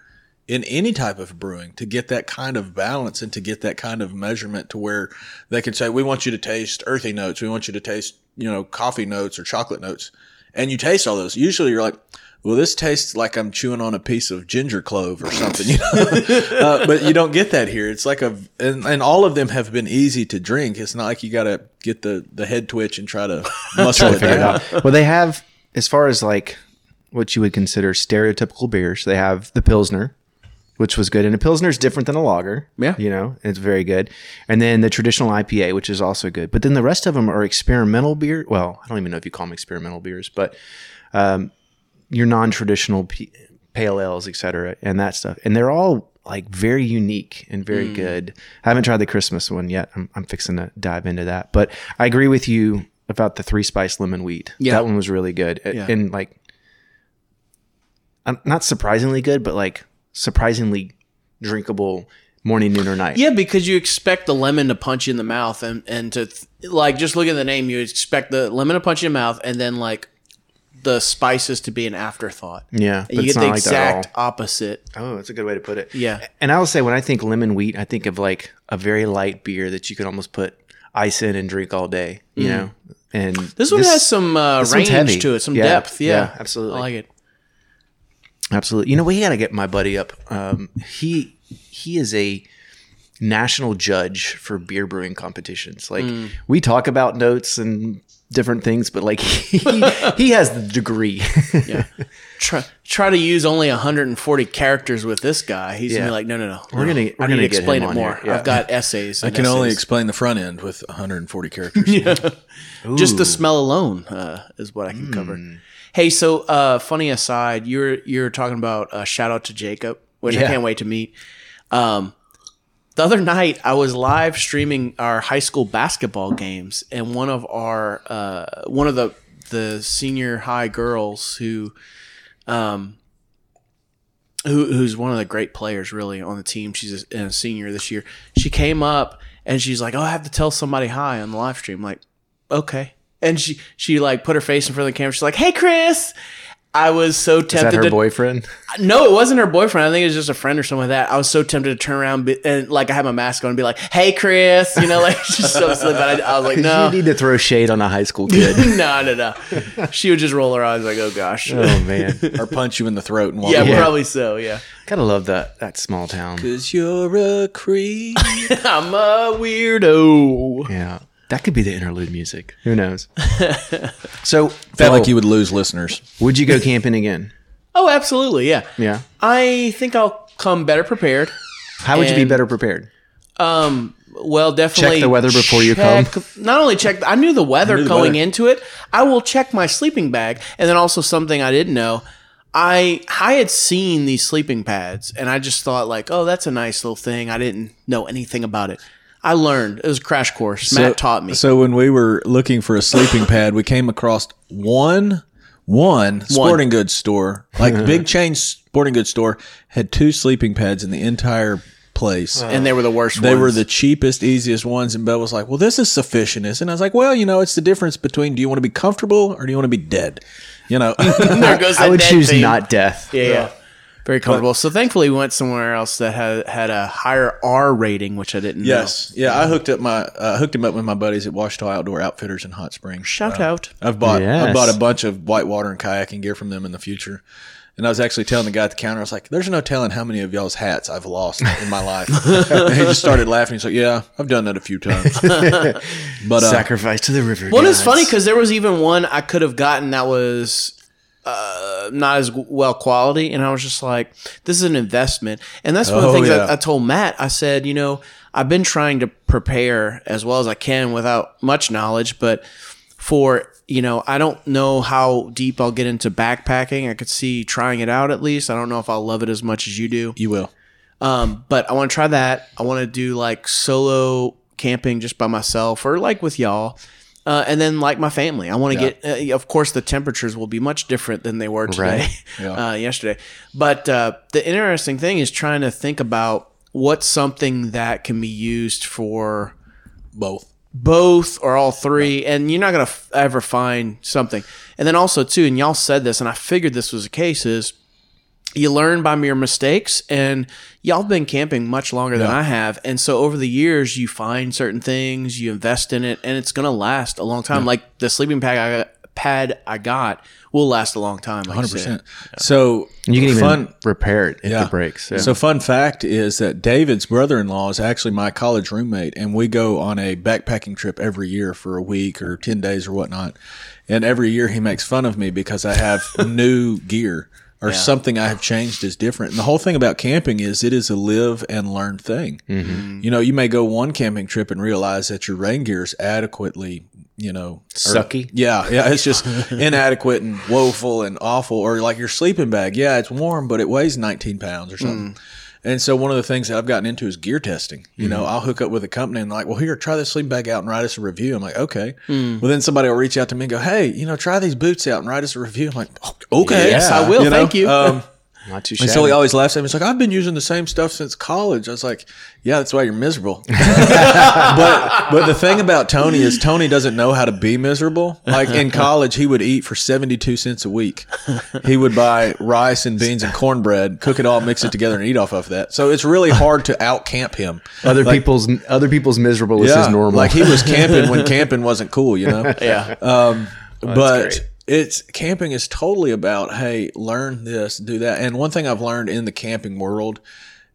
S4: in any type of brewing to get that kind of balance and to get that kind of measurement to where they can say, we want you to taste earthy notes. We want you to taste, you know, coffee notes or chocolate notes. And you taste all those. Usually you're like, well, this tastes like I'm chewing on a piece of ginger clove or something, you know. uh, but you don't get that here. It's like a, and, and all of them have been easy to drink. It's not like you got to get the, the head twitch and try to muscle it
S1: figure it
S4: down.
S1: out. Well, they have, as far as like what you would consider stereotypical beers, they have the Pilsner, which was good. And a Pilsner is different than a lager.
S2: Yeah.
S1: You know, it's very good. And then the traditional IPA, which is also good. But then the rest of them are experimental beer. Well, I don't even know if you call them experimental beers, but um, your non traditional p- pale ales, et cetera, and that stuff. And they're all like very unique and very
S2: Mm.
S1: good. I haven't tried the Christmas one yet. I'm, I'm fixing to dive into that. But I agree with you about the three spice lemon wheat.
S2: Yeah.
S1: That one was really good. A-
S2: Yeah.
S1: And like, um, not surprisingly good, but like surprisingly drinkable, morning, noon, or night.
S2: Yeah, because you expect the lemon to punch you in the mouth and, and to, th- like, just look at the name, you expect the lemon to punch you in the mouth and then, like, the spices to be an afterthought.
S1: Yeah, but
S2: And you
S1: it's
S2: get
S1: not
S2: the
S1: like that at
S2: exact opposite.
S1: Oh, that's a good way to put it.
S2: Yeah.
S1: And I will say when I think lemon wheat, I think of like a very light beer that you can almost put ice in and drink all day, you know? And
S2: Mm. This one has some uh,
S1: this one's heavy.
S2: range to it, some
S1: Yeah,
S2: depth. Yeah,
S1: yeah, absolutely.
S2: I like it.
S1: Absolutely. You know, we got to get my buddy up. Um, he he is a national judge for beer brewing competitions. Like
S2: Mm.
S1: we talk about notes and different things, but like he, he has the degree.
S2: Yeah. try try to use only 140 characters with this guy. He's gonna
S1: Yeah.
S2: be like, no, no, no.
S1: We're gonna- we're
S2: I need
S1: gonna
S2: to
S1: get
S2: explain
S1: him
S2: it
S1: on
S2: more.
S1: here. Yeah.
S2: I've got essays.
S4: I
S2: and
S4: can only
S2: essays.
S4: explain the front end with 140 characters.
S2: just the smell alone uh, is what I can cover.
S1: Hmm.
S2: Hey, so uh, funny aside, you're you're talking about uh, shout out to Jacob, which I
S4: Yeah.
S2: can't wait to meet. Um, the other night, I was live streaming our high school basketball games, and one of our uh, one of the the senior high girls who, um, who who's one of the great players really on the team. She's a, a senior this year. She came up and she's like, "Oh, I have to tell somebody hi on the live stream." Like, okay. And she she like put her face in front of the camera. She's like, "Hey, Chris." I was so tempted
S1: Is that her
S2: to
S1: boyfriend?
S2: no, it wasn't her boyfriend. I think it was just a friend or something like that. I was so tempted to turn around be- and like I had my mask on and be like, "Hey, Chris," you know, like just so silly. But I, I was like, "No,
S1: You need to throw shade on a high school kid.
S2: no, no, no." She would just roll her eyes like, "Oh gosh."
S1: oh man.
S4: or punch you in the throat and walk
S2: yeah,
S4: away.
S2: probably so. Yeah,
S1: Gotta love that that small town.
S4: Cause you're a creep.
S2: I'm a weirdo.
S1: Yeah. That could be the interlude music. Who knows? so
S4: Felt like
S1: Phil,
S4: you would lose listeners.
S1: would you go camping again?
S2: Oh, absolutely. Yeah,
S1: Yeah.
S2: I think I'll come better prepared.
S1: How would you be
S2: And-
S1: better prepared?
S2: Um, well, definitely
S1: the weather before you
S2: check- Not only check, I knew the weather
S4: the
S2: going
S4: weather.
S2: into it. I will check my sleeping bag, and then also something I didn't know. I I had seen these sleeping pads, and I just thought like, oh, that's a nice little thing. I didn't know anything about it. I learned it was a crash course. Matt taught me.
S4: So when we were looking for a sleeping pad, we came across one one sporting goods store, like big chain sporting goods store, had two sleeping pads in the entire place.
S2: and they were the worst.
S4: They
S2: ones.
S4: were the cheapest, easiest ones, and Bill was like, "Well, this is sufficient, isn't?" it? I was like, "Well, you know, it's the difference between do you want to be comfortable or do you want to be dead?" You know,
S2: There goes
S1: I
S2: that
S1: would
S2: dead
S1: choose
S2: thing.
S1: not death.
S2: Yeah, yeah. very comfortable. so thankfully, we went somewhere else that had had a higher R rating, which I didn't.
S4: yes, yeah. I hooked up my uh, hooked him up with my buddies at Washita Outdoor Outfitters in Hot Springs.
S2: know. shout out.
S4: I've bought I
S1: Yes.
S4: bought a bunch of whitewater and kayaking gear from them in the future. And I was actually telling the guy at the counter, I was like, "There's no telling how many of y'all's hats I've lost in my life." and he just started laughing. He's like, "Yeah, I've done that a few times." but uh,
S1: Sacrifice to the river.
S2: Well,
S1: gods.
S2: it's funny because there was even one I could have gotten that was uh, not as well quality, and I was just like, "This is an investment." And that's one of
S4: Oh,
S2: the things
S4: yeah.
S2: I, I told Matt. I said, "You know, I've been trying to prepare as well as I can without much knowledge, but for you know, I don't know how deep I'll get into backpacking. I could see trying it out at least. I don't know if I'll love it as much as you do.
S4: you will.
S2: Um, but I want to try that. I want to do like solo camping just by myself or like with y'all. Uh, and then like my family, I want to get. Uh, of course, the temperatures will be much different than they were today,
S1: Right.
S4: Yeah.
S2: uh, yesterday. But uh, the interesting thing is trying to think about what's something that can be used for
S4: Both.
S2: both or all three, and you're not gonna f- ever find something. And then also too, and y'all said this, and I figured this was the case is you learn by your mistakes, and y'all been camping much longer than I have, and so over the years you find certain things, you invest in it, and it's gonna last a long time. Like the sleeping pad I got, pad I got will last a long time. Like you
S4: Hundred
S2: said.
S4: percent. So
S1: you can even
S4: fun.
S1: repair it if it breaks. yeah.
S4: So fun fact is that David's brother-in-law is actually my college roommate, and we go on a backpacking trip every year for a week or ten days or whatnot. And every year he makes fun of me because I have new gear or something I have changed is different. And the whole thing about camping is it is a live and learn thing. You know, you may go one camping trip and realize that your rain gear is adequately, you know, or-
S2: Er,
S1: Sucky?
S4: yeah, yeah, it's just inadequate and woeful and awful. Or like your sleeping bag. Yeah, it's warm, but it weighs 19 pounds or something. And so one of the things that I've gotten into is gear testing. You know, I'll hook up with a company and like, well, here, try this sleeping bag out and write us a review. I'm like, okay. Well, then somebody will reach out to me and go, hey, you know, try these boots out and write us a review. I'm like, "Oh, okay,
S2: Yes, I will. Thank you.
S4: Um,
S1: Not too
S4: And
S1: shabby.
S4: so he always laughs at me. He's like, I've been using the same stuff since college. I was like, Yeah, that's why you're miserable. but but the thing about Tony is Tony doesn't know how to be miserable. Like in college, he would eat for seventy two cents a week. He would buy rice and beans and cornbread, cook it all, mix it together, and eat off of that. So it's really hard to out camp him.
S1: other people's other people's miserable is his normal.
S4: Like he was camping when camping wasn't cool, you know? yeah. Um, but
S1: great.
S4: it's camping is totally about, hey, learn this, do that. And one thing I've learned in the camping world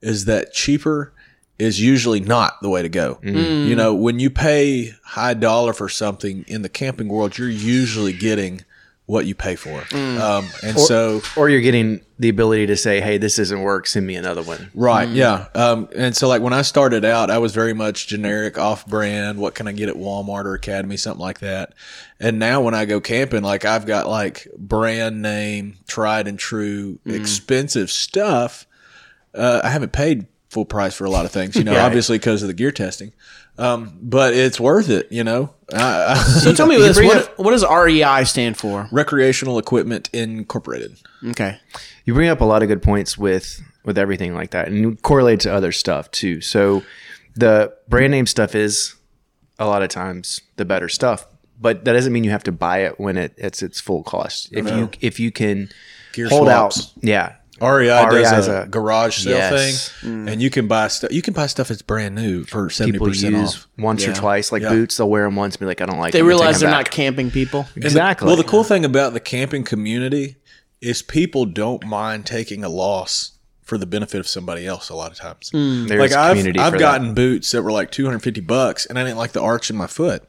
S4: is that cheaper is usually not the way to go.
S1: Mm.
S4: You know, when you pay high dollar for something in the camping world, you're usually getting what you pay for. Um, and so
S1: or you're getting the ability to say, "Hey, this isn't work. Send me another one."
S4: Right. Yeah. Um, and so, like, when I started out, I was very much generic, off brand. What can I get at Walmart or Academy, something like that. And now, when I go camping, like, I've got like brand name, tried and true,
S1: Mm.
S4: expensive stuff. Uh, I haven't paid full price for a lot of things, you know, obviously because of the gear testing. Um, but it's worth it, you know. I, I,
S3: So tell me this:
S2: bring
S3: what, what does
S2: E
S3: REI stand for?
S4: Recreational Equipment Incorporated.
S3: Okay,
S1: You bring up a lot of good points with with everything like that, and you correlate to other stuff too. So the brand name stuff is a lot of times the better stuff, but that doesn't mean you have to buy it when it, it's its full cost. If you if you can
S4: Gear
S1: hold
S4: swaps.
S1: out, yeah,
S4: REI,
S1: REI
S4: E does
S1: E is
S4: a,
S1: a-
S4: garage sale
S1: Yes. Mm.
S4: thing, and you can buy stuff. You can buy stuff that's brand new for seventy
S1: people
S4: percent
S1: use
S4: off.
S1: once or twice, like
S4: Yeah.
S1: boots. They'll wear them once, and be like, "I don't like."
S3: they
S1: them, take
S3: realize
S1: them
S3: they're not
S1: back.
S3: camping people.
S1: exactly.
S4: Well, the cool thing about the camping community is people don't mind taking a loss for the benefit of somebody else. A lot of times,
S1: There's
S4: like I've,
S1: community for
S4: I've
S1: that.
S4: gotten boots that were like two hundred fifty bucks, and I didn't like the arch in my foot.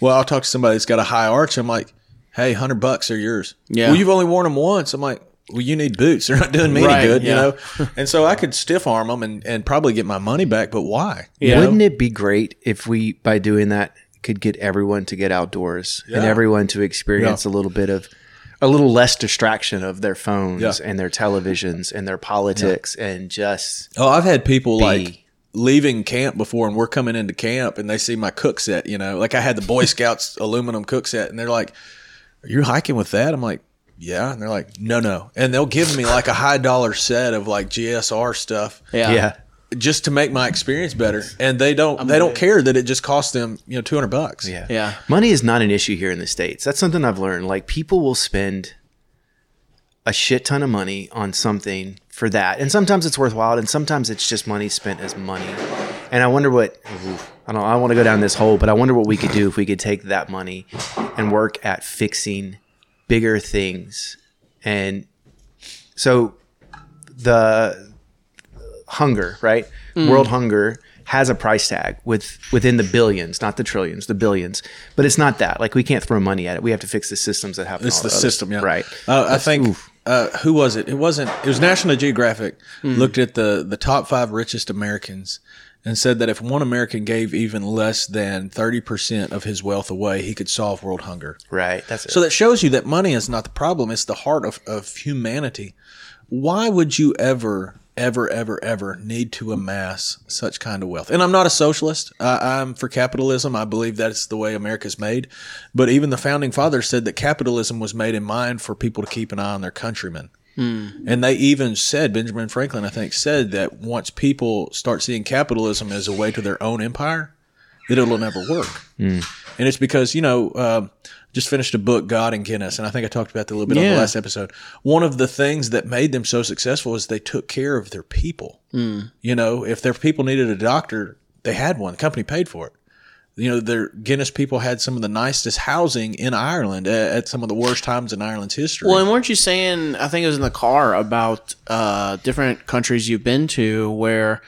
S4: Well, I'll talk to somebody that's got a high arch. I'm like, hey, hundred bucks are yours.
S2: Yeah.
S4: Well, you've only worn them once. I'm like. Well, you need boots. They're not doing me
S2: Right,
S4: any good,
S2: yeah.
S4: you know. And so I could stiff arm them and, and probably get my money back. But why?
S1: Wouldn't it be great if we, by doing that, could get everyone to get outdoors and
S4: Yeah.
S1: everyone to experience a little bit of a little less distraction of their phones
S4: Yeah.
S1: and their televisions and their politics and just
S4: Oh, I've had people like leaving camp before and we're coming into camp and they see my cook set, you know, like I had the Boy Scouts aluminum cook set and they're like, Are you hiking with that? I'm like, Yeah. And they're like, No, no. And they'll give me like a high dollar set of like GSR stuff
S1: yeah.
S4: just to make my experience better. And they don't, they don't care that it just cost them, you know, 200 bucks.
S1: Yeah.
S3: Yeah.
S1: Money is not an issue here in the States. That's something I've learned. Like people will spend a shit ton of money on something for that. And sometimes it's worthwhile and sometimes it's just money spent as money. And I wonder what oof, I don't I want to go down this hole, but I wonder what we could do if we could take that money and work at fixing bigger things. And so the hunger, right?
S4: Mm.
S1: World hunger has a price tag with within the billions, not the trillions, the billions. But it's not that. Like we can't throw money at it. We have to fix the systems that happen.
S4: It's
S1: all
S4: the
S1: other-
S4: system, yeah.
S1: Right.
S4: Uh, I think uh, who was it? It wasn't. It was National Geographic
S1: Hmm.
S4: looked at the the top five richest Americans and said that if one American gave even less than thirty percent of his wealth away, he could solve world hunger.
S1: Right. That's it.
S4: So that shows you that money is not the problem; it's the heart of of humanity. Why would you ever? Ever, ever, ever need to amass such kind of wealth. And I'm not a socialist. I, I'm for capitalism. I believe that's the way America's made. But even the founding fathers said that capitalism was made in mind for people to keep an eye on their countrymen. And they even said, Benjamin Franklin, I think, said that once people start seeing capitalism as a way to their own empire, that it'll never work.
S2: Hmm.
S4: And it's because, you know, um, just finished a book, God and Guinness, and I think I talked about that a little bit on the
S2: Yeah.
S4: last episode. One of the things that made them so successful is they took care of their people.
S2: Hmm.
S4: You know, if their people needed a doctor, they had one. The company paid for it. You know, their Guinness people had some of the nicest housing in Ireland at, at some of the worst times in Ireland's history.
S2: Well, and weren't you saying? I think it was in the car about uh, different countries you've been to where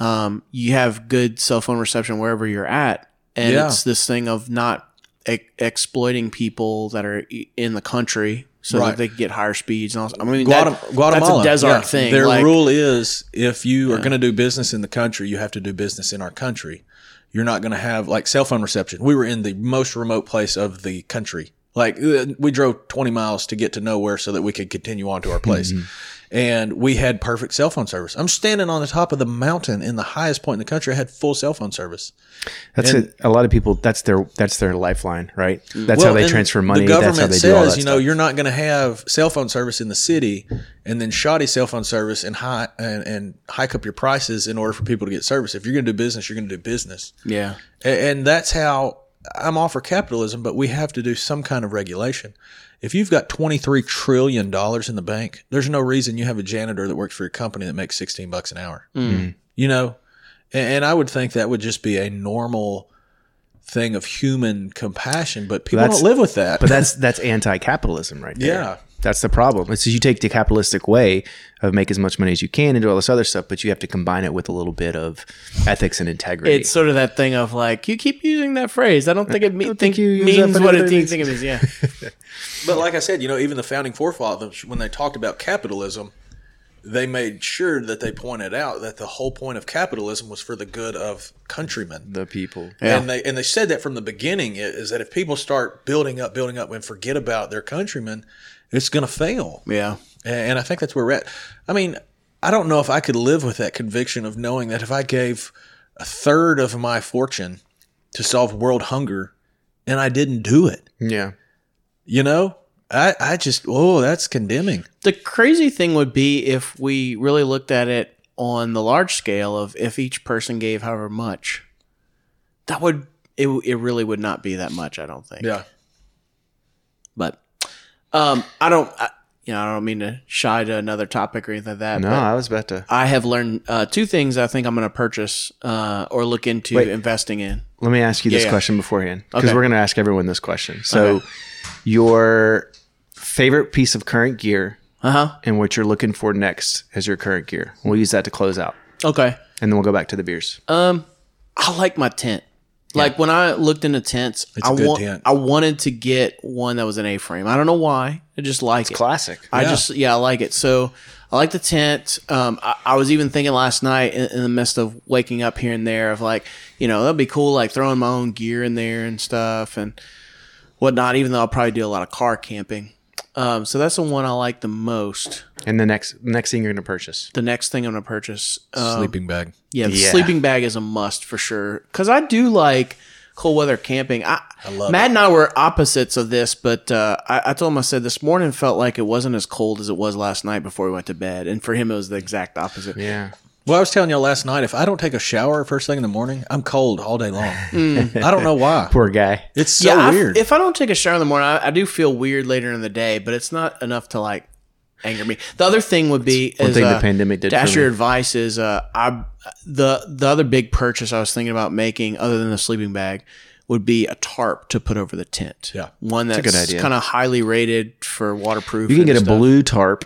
S2: um, you have good cell phone reception wherever you're at, and
S4: Yeah.
S2: it's this thing of not e- exploiting people that are i- in the country so
S4: Right.
S2: that they can get higher speeds and all. I mean,
S4: Guatem-
S2: that,
S4: Guatemala,
S2: that's a desert
S4: yeah.
S2: thing.
S4: Their
S2: like-
S4: rule is if you are going to do business in the country, you have to do business in our country. You're not going to have like cell phone reception. We were in the most remote place of the
S2: Mm-hmm.
S4: country. Like uh, we drove 20 miles to get to nowhere so that we could continue on to our place. and we had perfect cell phone service. I'm standing on the top of the mountain in the highest point in the country. I had full cell phone service.
S1: That's it. A lot of people. That's their that's their lifeline, right? That's how they
S4: Mm. and
S1: transfer money.
S4: The government
S1: that's how they
S4: says,
S1: do all that
S4: you know,
S1: stuff.
S4: you're not going to have cell phone service in the city, and then shoddy cell phone service and high and, and hike up your prices in order for people to get service. If you're going to do business, you're going to do business,
S2: Yeah.
S4: A- and, that's how I'm all for capitalism. But we have to do some kind of regulation. If you've got 23 trillion dollars in the bank, there's no reason you have a janitor that works for your company that makes 16 bucks an hour.
S1: Hmm.
S4: You know, A- and, I would think that would just be a normal. Thing of human compassion, but people
S1: That's-
S4: don't live with that.
S1: But that's that's anti-capitalism, right there.
S4: Yeah.
S1: that's the problem. It's just you take the capitalistic way of make as much money as you can and do all this other stuff, but you have to combine it with a little bit of ethics and integrity.
S2: It's sort of that thing of like you keep using that phrase. I don't think it me- think
S1: you use that,
S2: means
S1: but
S2: what
S1: it
S2: it, you
S1: means-
S2: think it means. Yeah,
S4: But like I said, you know, even the founding forefathers, when they talked about capitalism, they made sure that they pointed out that the whole point of capitalism was for the good of countrymen.
S1: the people.
S4: And they and they said that from the beginning i- is that if people start building up, building up, and forget about their countrymen, it's going to fail.
S2: yeah.
S4: And and I think that's where we're at. I mean, I don't know if I could live with that conviction of knowing that if I gave a third of my fortune to solve world hunger, and I didn't do it,
S1: Yeah,
S4: you know, I, I just, oh, that's condemning.
S2: The crazy thing would be if we really looked at it on the large scale of if each person gave however much. That would it. It really would not be that much. I don't think. But um, I don't. I, you know, I don't mean to shy to another topic or anything like that.
S1: no,
S2: but
S1: I was about to.
S2: I have learned uh, two things. I think I'm going to purchase uh, or look into
S1: Wait.
S2: investing in.
S1: Let me ask you this
S2: Yeah, yeah.
S1: question beforehand because
S2: Okay.
S1: we're going to ask everyone this question. So,
S2: Okay.
S1: your favorite piece of current gear
S2: Uh huh.
S1: and what you're looking for next as your current gear. We'll use that to close out,
S2: Okay.
S1: and then we'll go back to the beers.
S2: Uh, I like my tent. Like when I looked into tents,
S4: a
S2: I
S4: good
S2: want
S4: tent.
S2: I wanted to get one that was an A-frame. I don't know why. I just like it.
S1: Classic.
S2: I
S4: Yeah.
S2: just yeah, I like it. So I like the tent. Um, I, I was even thinking last night in, in the midst of waking up here and there of like, you know, that'd be cool, like throwing my own gear in there and stuff and whatnot. Even though I'll probably do a lot of car camping. Um, so that's the one I like the most.
S1: And the next next thing you're going to purchase.
S2: The next thing I'm gonna purchase, um,
S4: Sleeping bag.
S2: yeah, the
S1: Yeah.
S2: sleeping bag is a must for sure. Cause I do like cold weather camping. I,
S4: love
S2: Matt
S4: it.
S2: and I were opposites of this, but uh, I, I told him I said this morning felt like it wasn't as cold as it was last night before we went to bed, and for him it was the exact opposite.
S1: Yeah.
S4: Well, I was telling y'all last night, if I don't take a shower first thing in the morning, I'm cold all day long. I don't know why.
S1: Poor guy.
S4: It's so
S2: I-
S4: weird.
S2: if I don't take a shower in the morning, I, I do feel weird later in the day, but it's not enough to like anger me. The other thing would be
S1: One
S2: is,
S1: thing the
S2: uh,
S1: pandemic did
S2: to ask
S1: for
S2: your
S1: me.
S2: advice is uh, I the the other big purchase I was thinking about making other than the sleeping bag would be a tarp to put over the tent.
S4: Yeah.
S2: one that's
S1: good idea.
S2: kind of highly rated for waterproof.
S1: You can
S2: and
S1: get a
S2: stuff.
S1: blue tarp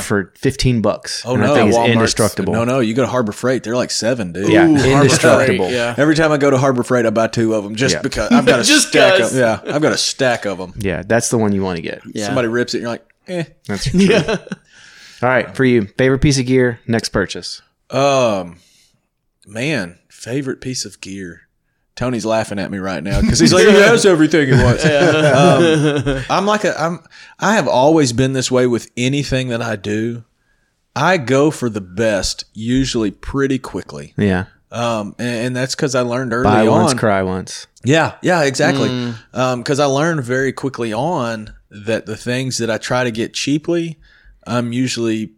S1: for 15 bucks.
S4: Uh-huh. oh,
S1: and
S4: no.
S1: That thing is
S4: Walmart's-
S1: indestructible.
S4: No, no. You go to Harbor Freight, they're like seven, dude.
S1: Yeah,
S2: Harbor Freight,
S1: indestructible.
S2: yeah.
S4: Every time I go to Harbor Freight, I buy two of them just
S1: Yeah.
S4: because I've got a
S2: Just
S4: stack
S2: 'cause.
S4: of Yeah, I've got a stack of them.
S1: Yeah, that's the one you want to get.
S2: Yeah.
S4: Somebody rips it, and you're like, eh.
S1: That's true. All right, for you, favorite piece of gear, next purchase.
S4: Um, man, favorite piece of gear. Tony's laughing at me right now because he's like, he has everything he wants. Um, I'm like a, I'm, I have always been this way with anything that I do. I go for the best usually pretty quickly.
S1: Yeah,
S4: Um, and, and that's because I learned early
S1: buy
S4: on.
S1: once, cry once.
S4: Yeah, yeah, exactly.
S2: Mm.
S4: Um, cause I learned very quickly on that the things that I try to get cheaply, I'm usually,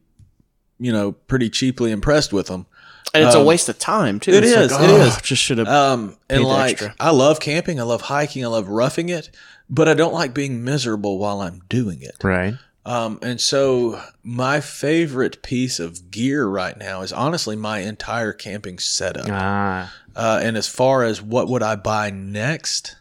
S4: you know, pretty cheaply impressed with them.
S2: and it's a waste of time too.
S4: it
S2: It's oh,
S4: is, it is.
S2: Just should have.
S4: Um, and
S2: the
S4: like,
S2: extra.
S4: I love camping. I love hiking. I love roughing it, but I don't like being miserable while I'm doing it.
S1: Right.
S4: Um, and so my favorite piece of gear right now is honestly my entire camping setup.
S1: Ah,
S4: Uh, and as far as what would I buy next,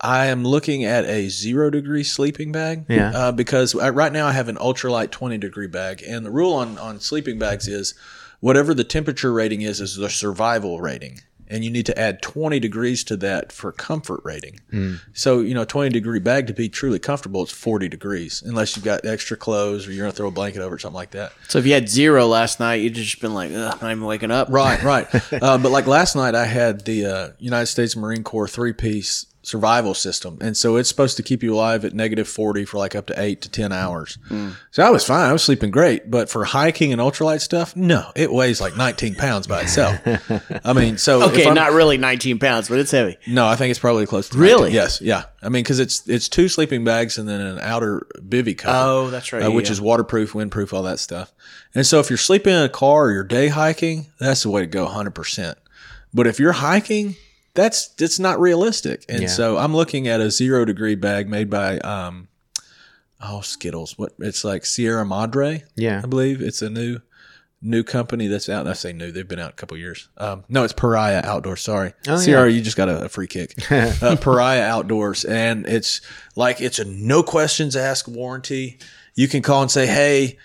S4: I am looking at a zero degree sleeping bag.
S1: Yeah.
S4: Uh, because I, right now I have an ultralight 20 degree bag. And the rule on, on sleeping bags is whatever the temperature rating is, is the survival rating. And you need to add 20 degrees to that for comfort rating. So, you know, 20 degree bag to be truly comfortable, it's 40 degrees, unless you've got extra clothes or you're going to throw a blanket over it, something like that.
S2: so if you had zero last night, you'd just been like, Ugh, I'm not even waking up.
S4: Right, right. uh, but like last night, I had the uh, United States Marine Corps three piece survival system, and so it's supposed to keep you alive at negative forty for like up to eight to ten hours. So I was fine; I was sleeping great. But for hiking and ultralight stuff, no, it weighs like nineteen pounds by itself. I mean, so if
S2: Okay,
S4: I'm-
S2: not really 19 pounds, but it's heavy.
S4: no, I think it's probably close. to
S2: Really?
S4: 19. Yes. Yeah. I mean, because it's it's two sleeping bags and then an outer bivy cover.
S2: Oh, that's right,
S4: uh, which
S2: yeah.
S4: is waterproof, windproof, all that stuff. And so, if you're sleeping in a car or you're day hiking, that's the way to go, hundred percent. But if you're hiking, that's that's not realistic. And
S1: Yeah.
S4: so, I'm looking at a zero degree bag made by um, oh Skittles. What it's like Sierra Madre.
S1: Yeah.
S4: I believe it's a new new company that's out. I say new; they've been out a couple years. Um, no, it's Pariah Outdoor. Sorry,
S1: Oh,
S4: Sierra, you just got a, a free kick. uh, Pariah Outdoors, and it's like it's a no questions asked warranty. You can call and say, "Hey,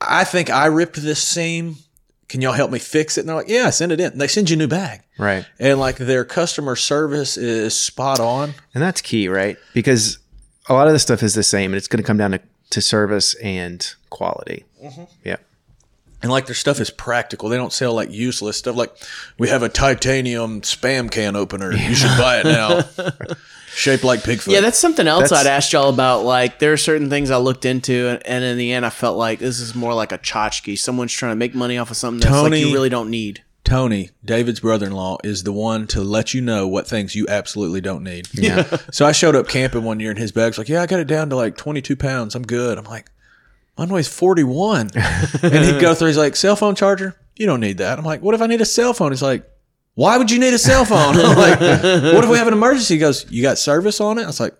S4: I think I ripped this seam. Can y'all help me fix it?" And they're like, "Yeah, send it in." They send you a new bag.
S1: Right.
S4: And like their customer service is spot on.
S1: And that's key, right? Because a lot of this stuff is the same and it's going to come down to, to service and quality.
S4: Mm-hmm.
S1: Yeah.
S4: And like their stuff is practical. They don't sell like useless stuff. Like we have a titanium spam can opener. You should buy it now. Shaped like Bigfoot.
S2: Yeah, that's something else
S1: That's-
S2: I'd asked y'all about. Like, there are certain things I looked into, and, and in the end, I felt like this is more like a tchotchke. Someone's trying to make money off of something that's like
S4: Tony-
S2: you really don't need.
S4: Tony, David's brother-in-law, is the one to let you know what things you absolutely don't need. Yeah. so I showed up camping one year, and his bag's like, "Yeah, I got it down to like 22 pounds. I'm good." I'm like, "Mine weighs 41." and he'd go through. He's like, "Cell phone charger? You don't need that." I'm like, "What if I need a cell phone?" He's like, "Why would you need a cell phone?" I'm like, "What if we have an emergency?" He goes, "You got service on it?" I was like.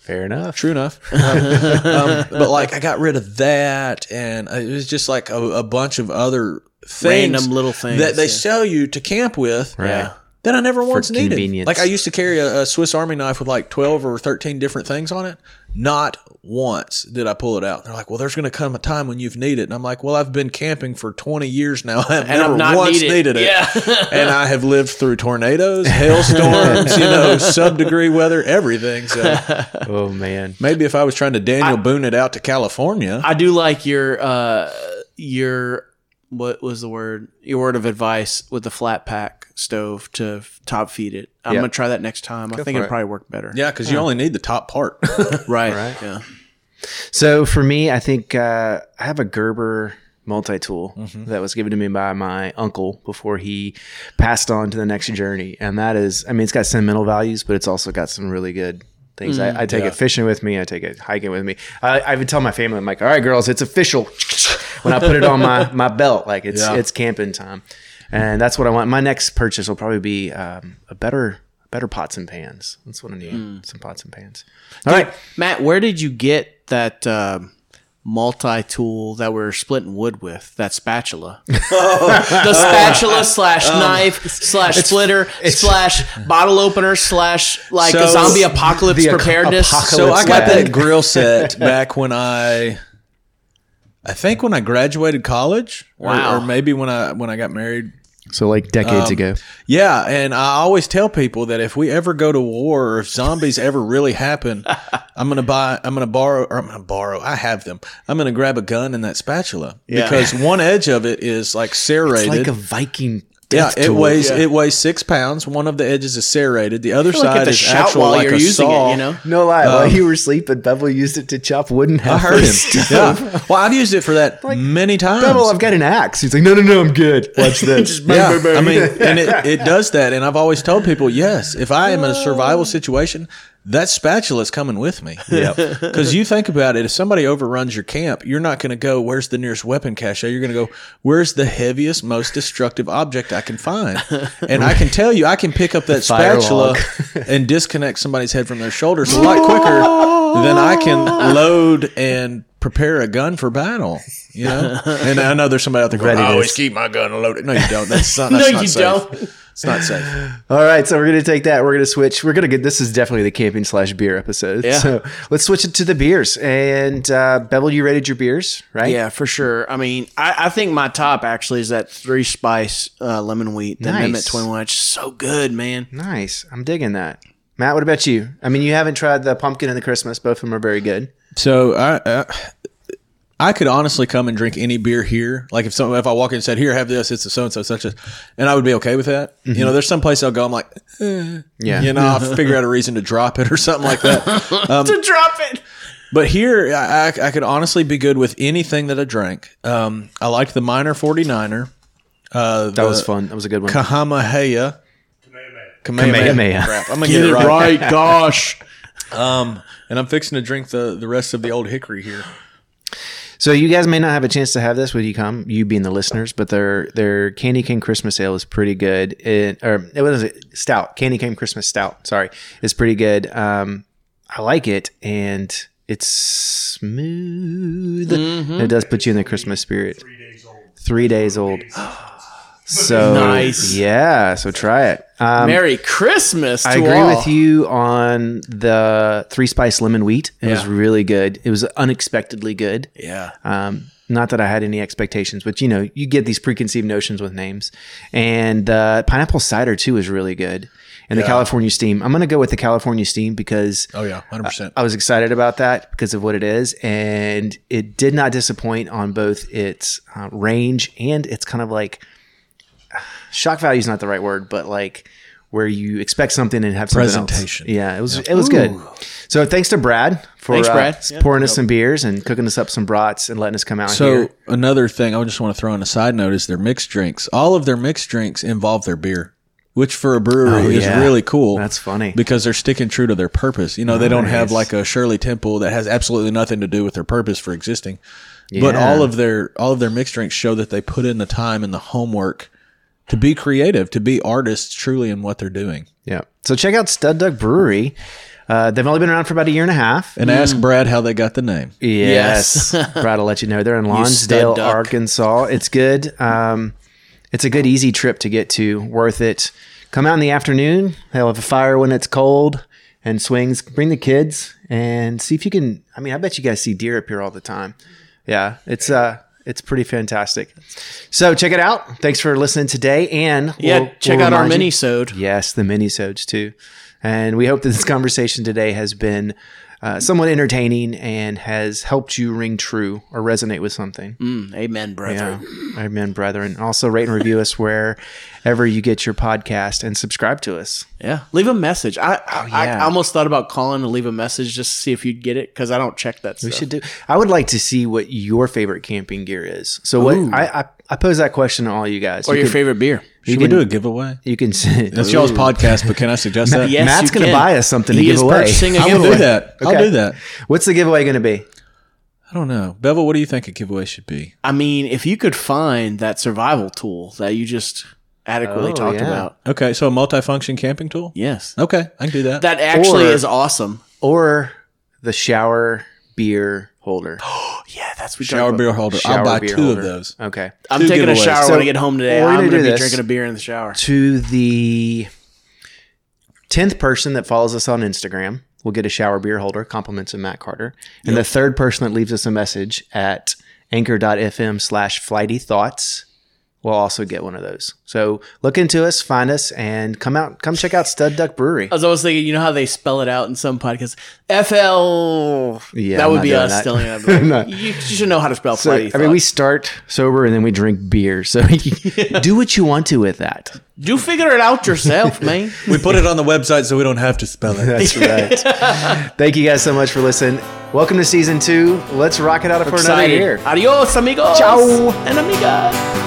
S1: Fair enough.
S4: True enough. Um, but like, I got rid of that, and it was just like a, a bunch of other things,
S2: Random little things,
S4: that they
S2: yeah.
S4: sell you to camp with. Yeah. That I never once needed.
S1: convenience.
S4: Like I used to carry a, a Swiss Army knife with like twelve or thirteen different things on it. Not once did I pull it out. They're like, "Well, there's going to come a time when you've needed." it." And I'm like, "Well, I've been camping for 20 years now. I've
S2: I've
S4: never
S2: not
S4: once
S2: needed-
S4: needed it." and I have lived through tornadoes, hailstorms, you know, sub degree weather, everything. So
S1: Oh, man.
S4: Maybe if I was trying to Daniel Boone it out to California.
S2: I do like your uh your what was the word? Your word of advice with the flat pack stove to f- top feed it. I'm
S1: Yeah.
S2: gonna try that next time. I think
S1: for
S2: it'd
S1: it.
S2: probably work better.
S4: yeah, because you only need the top part.
S2: Right. Yeah.
S1: So for me, I think uh, I have a Gerber multi tool that was given to me by my uncle before he passed on to the next journey. And that is, I mean, it's got sentimental values, but it's also got some really good things. I, I take it fishing with me, I take it hiking with me. I, I even tell my family, I'm like, all right, girls, it's official. when I put it on my, my belt, like it's,
S4: Yeah.
S1: it's camping time. And that's what I want. My next purchase will probably be um, a better. Better pots and pans. That's what I need. Some pots and pans. All right.
S2: Matt, where did you get that um multi tool that we're splitting wood with? That spatula. the spatula slash knife slash splitter slash bottle opener slash like
S4: So,
S2: zombie apocalypse
S1: the ac-
S2: preparedness.
S1: apocalypse
S4: so I got
S1: swag.
S4: that grill set back when I, I think when I graduated college, or-
S2: Wow.
S4: or, maybe when I when I got married.
S1: So like decades ago.
S4: Yeah, and I always tell people that if we ever go to war or if zombies ever really happen, I'm gonna buy, I'm gonna borrow, or I'm gonna borrow. I have them. I'm gonna grab a gun and that spatula because one edge of it is like serrated.
S1: It's like a Viking.
S4: Yeah,
S1: death
S4: it
S1: tool.
S4: weighs it weighs six pounds. One of the edges is serrated. The other
S2: like you have
S4: side
S2: to
S4: is
S2: shout
S4: actual
S2: while
S4: like
S2: you're
S4: a
S2: using it,
S4: saw.
S2: you know?
S1: No lie, while you were sleeping, Bevel used it to chop wooden.
S4: I heard him.
S1: halvers.
S4: yeah. Well, I've used it for that many times.
S1: Bevel, I've got an axe. He's like, no, no, no, I'm good. Watch this.
S4: yeah, I mean, and it, it does that. And I've always told people, yes, if I am in a
S2: Oh.
S4: survival situation, that spatula is coming with me. Yeah. Because you think about it, if somebody overruns your camp, you're not going to go, where's the nearest weapon cache? You're going to go, where's the heaviest, most destructive object I can find? And I can tell you, I can pick up that
S1: Fire
S4: spatula and disconnect somebody's head from their shoulders a lot quicker than I can load and prepare a gun for battle. You know, and I know there's somebody out there going,
S1: Ready
S4: "I
S1: to
S4: always keep my gun loaded." No, you don't. That's not. That's
S2: No,
S4: not
S2: you
S4: safe.
S2: don't.
S4: It's not safe.
S1: All right, so we're gonna take that. We're gonna switch. We're gonna get this is definitely the camping slash beer episode.
S2: Yeah.
S1: So let's switch it to the beers. And uh, Bevel, you rated your beers, right?
S2: Yeah, for sure. I mean, I, I think my top actually is that three spice uh, lemon wheat, the
S1: Nice.
S2: Amendment 21. It's so good, man.
S1: Nice. I'm digging that. Matt, what about you? I mean, you haven't tried the pumpkin and the Christmas. Both of them are very good.
S4: So I, uh, I could honestly come and drink any beer here. Like if some, if I walk in and said, "Here, have this," it's a so and so such as, and I would be okay with that. You know, there's some place I'll go. I'm like,
S1: Yeah.
S4: you know, I'll figure out a reason to drop it or something like that.
S2: to drop it.
S4: But here, I, I, I could honestly be good with anything that I drank. Um, I liked the Minor 49er. Uh,
S1: That was fun. That was a good one.
S4: Kamehameha.
S1: Kamehameha.
S4: Crap, I'm gonna get, it
S2: Right,
S4: right.
S2: gosh.
S4: And I'm fixing to drink the, the rest of the old hickory here.
S1: So you guys may not have a chance to have this when you come, you being the listeners, but their their Candy Cane Christmas Ale is pretty good. It or it was it? stout, Candy Cane Christmas Stout. Sorry, is pretty good. Um, I like it, and it's smooth.
S2: Mm-hmm.
S1: And It does put you in the Christmas spirit.
S5: Three days old.
S1: Three days old. So
S2: Nice.
S1: yeah. So try it. Um,
S2: Merry Christmas to
S1: I agree
S2: all.
S1: with you on the three spice lemon wheat. It was really good. It was unexpectedly good.
S2: Yeah.
S1: Um, not that I had any expectations, but you know, you get these preconceived notions with names. And uh, pineapple cider too is really good. And the California steam. I'm gonna go with the California steam because
S4: Oh, yeah, 100%.
S1: I was excited about that because of what it is, and it did not disappoint on both its uh, range and its kind of like shock value is not the right word, but like where you expect something and have something else.
S4: Presentation.
S1: Yeah, it was it was good. So thanks to Brad for
S2: Thanks,
S1: uh,
S2: Brad.
S1: s- pouring us some beers and cooking us up some brats and letting us come out
S4: so
S1: here.
S4: another thing I just want to throw in a side note is their mixed drinks. All of their mixed drinks involve their beer, which for a brewery
S1: Oh,
S4: is
S1: yeah.
S4: really cool.
S1: That's funny.
S4: because they're sticking true to their purpose. You know, they don't have
S1: Nice.
S4: like a Shirley Temple that has absolutely nothing to do with their purpose for existing. But
S1: Yeah.
S4: all of their all of their mixed drinks show that they put in the time and the homework to be creative, to be artists truly in what they're doing.
S1: Yeah. So check out Stud Duck Brewery. Uh, they've only been around for about a year and a half.
S4: And ask Brad how they got the name.
S1: Yes. Brad will let you know. They're in Lonsdale,
S2: duck.
S1: Arkansas. It's good. Um, it's a good, easy trip to get to. Worth it. Come out in the afternoon. They'll have a fire when it's cold and swings. Bring the kids and see if you can. I mean, I bet you guys see deer up here all the time. Yeah. It's, uh, it's pretty fantastic. So check it out. Thanks for listening today. And we'll-
S2: Yeah, check
S1: we'll
S2: out our
S1: remind you-
S2: mini sode.
S1: Yes, the minisodes too. And we hope that this conversation today has been uh, somewhat entertaining and has helped you ring true or resonate with something.
S4: Mm.
S2: Mm, Amen, brother.
S1: Yeah. Amen, brethren. Also, rate and review us wherever you get your podcast and subscribe to us.
S2: Yeah. Leave a message. I, I
S1: Oh, yeah.
S2: almost thought about calling to leave a message just to see if you'd get it because I don't check that stuff.
S1: We should do. I would like to see what your favorite camping gear is. So, what I, I I pose that question to all you guys.
S2: or
S1: you
S2: your
S1: can,
S2: favorite beer.
S4: Should we do a giveaway?
S1: You can.
S4: That's y'all's podcast, but can I suggest that?
S2: Yes,
S1: Matt's
S2: you
S1: gonna
S2: can.
S1: buy us something to
S2: He
S1: give
S2: is
S1: away.
S2: purchasing a
S4: I will
S2: giveaway.
S4: do that. I'll
S1: Okay.
S4: do that.
S1: What's the giveaway going to be?
S4: I don't know. Bevel, what do you think a giveaway should be?
S2: I mean, if you could find that survival tool that you just adequately
S1: Oh,
S2: talked
S1: yeah.
S2: about,
S4: Okay, so a multifunction camping tool?
S2: yes,
S4: Okay, I can do that.
S2: that actually
S1: Or-
S2: is awesome.
S1: Or the shower beer holder?
S2: Yeah, that's what
S4: shower beer holder. I'll
S1: Shower
S4: buy
S1: beer
S4: two
S1: holder.
S4: of those.
S1: Okay.
S2: I'm
S4: Two
S2: taking a
S4: giveaways.
S2: shower
S1: So,
S2: when I get home today.
S1: we're
S2: I'm
S1: gonna
S2: going to
S1: do
S2: be
S1: this.
S2: drinking a beer in the shower.
S1: to the 10th person that follows us on Instagram will get a shower beer holder, compliments of Matt Carter. And the third person that leaves us a message at anchor.fm slash flighty thoughts will also get one of those. So look into us, find us, and come out, come check out Stud Duck Brewery.
S2: I was always thinking, you know how they spell it out in some podcasts? FL.
S1: Yeah,
S2: that
S1: I'm
S2: would
S1: not
S2: be
S1: doing
S2: us
S1: that.
S2: telling that. But
S1: No.
S2: you, you should know how to spell
S1: So,
S2: flighty.
S1: I mean, we start sober and then we drink beer. So do what you want to with that.
S2: do figure it out yourself, man.
S4: We put it on the website so we don't have to spell it.
S1: That's right. Thank you guys so much for listening. Welcome to season two. Let's rock it out for another
S2: Excited.
S1: year.
S2: Adios, amigos.
S1: Ciao.
S2: And amigas.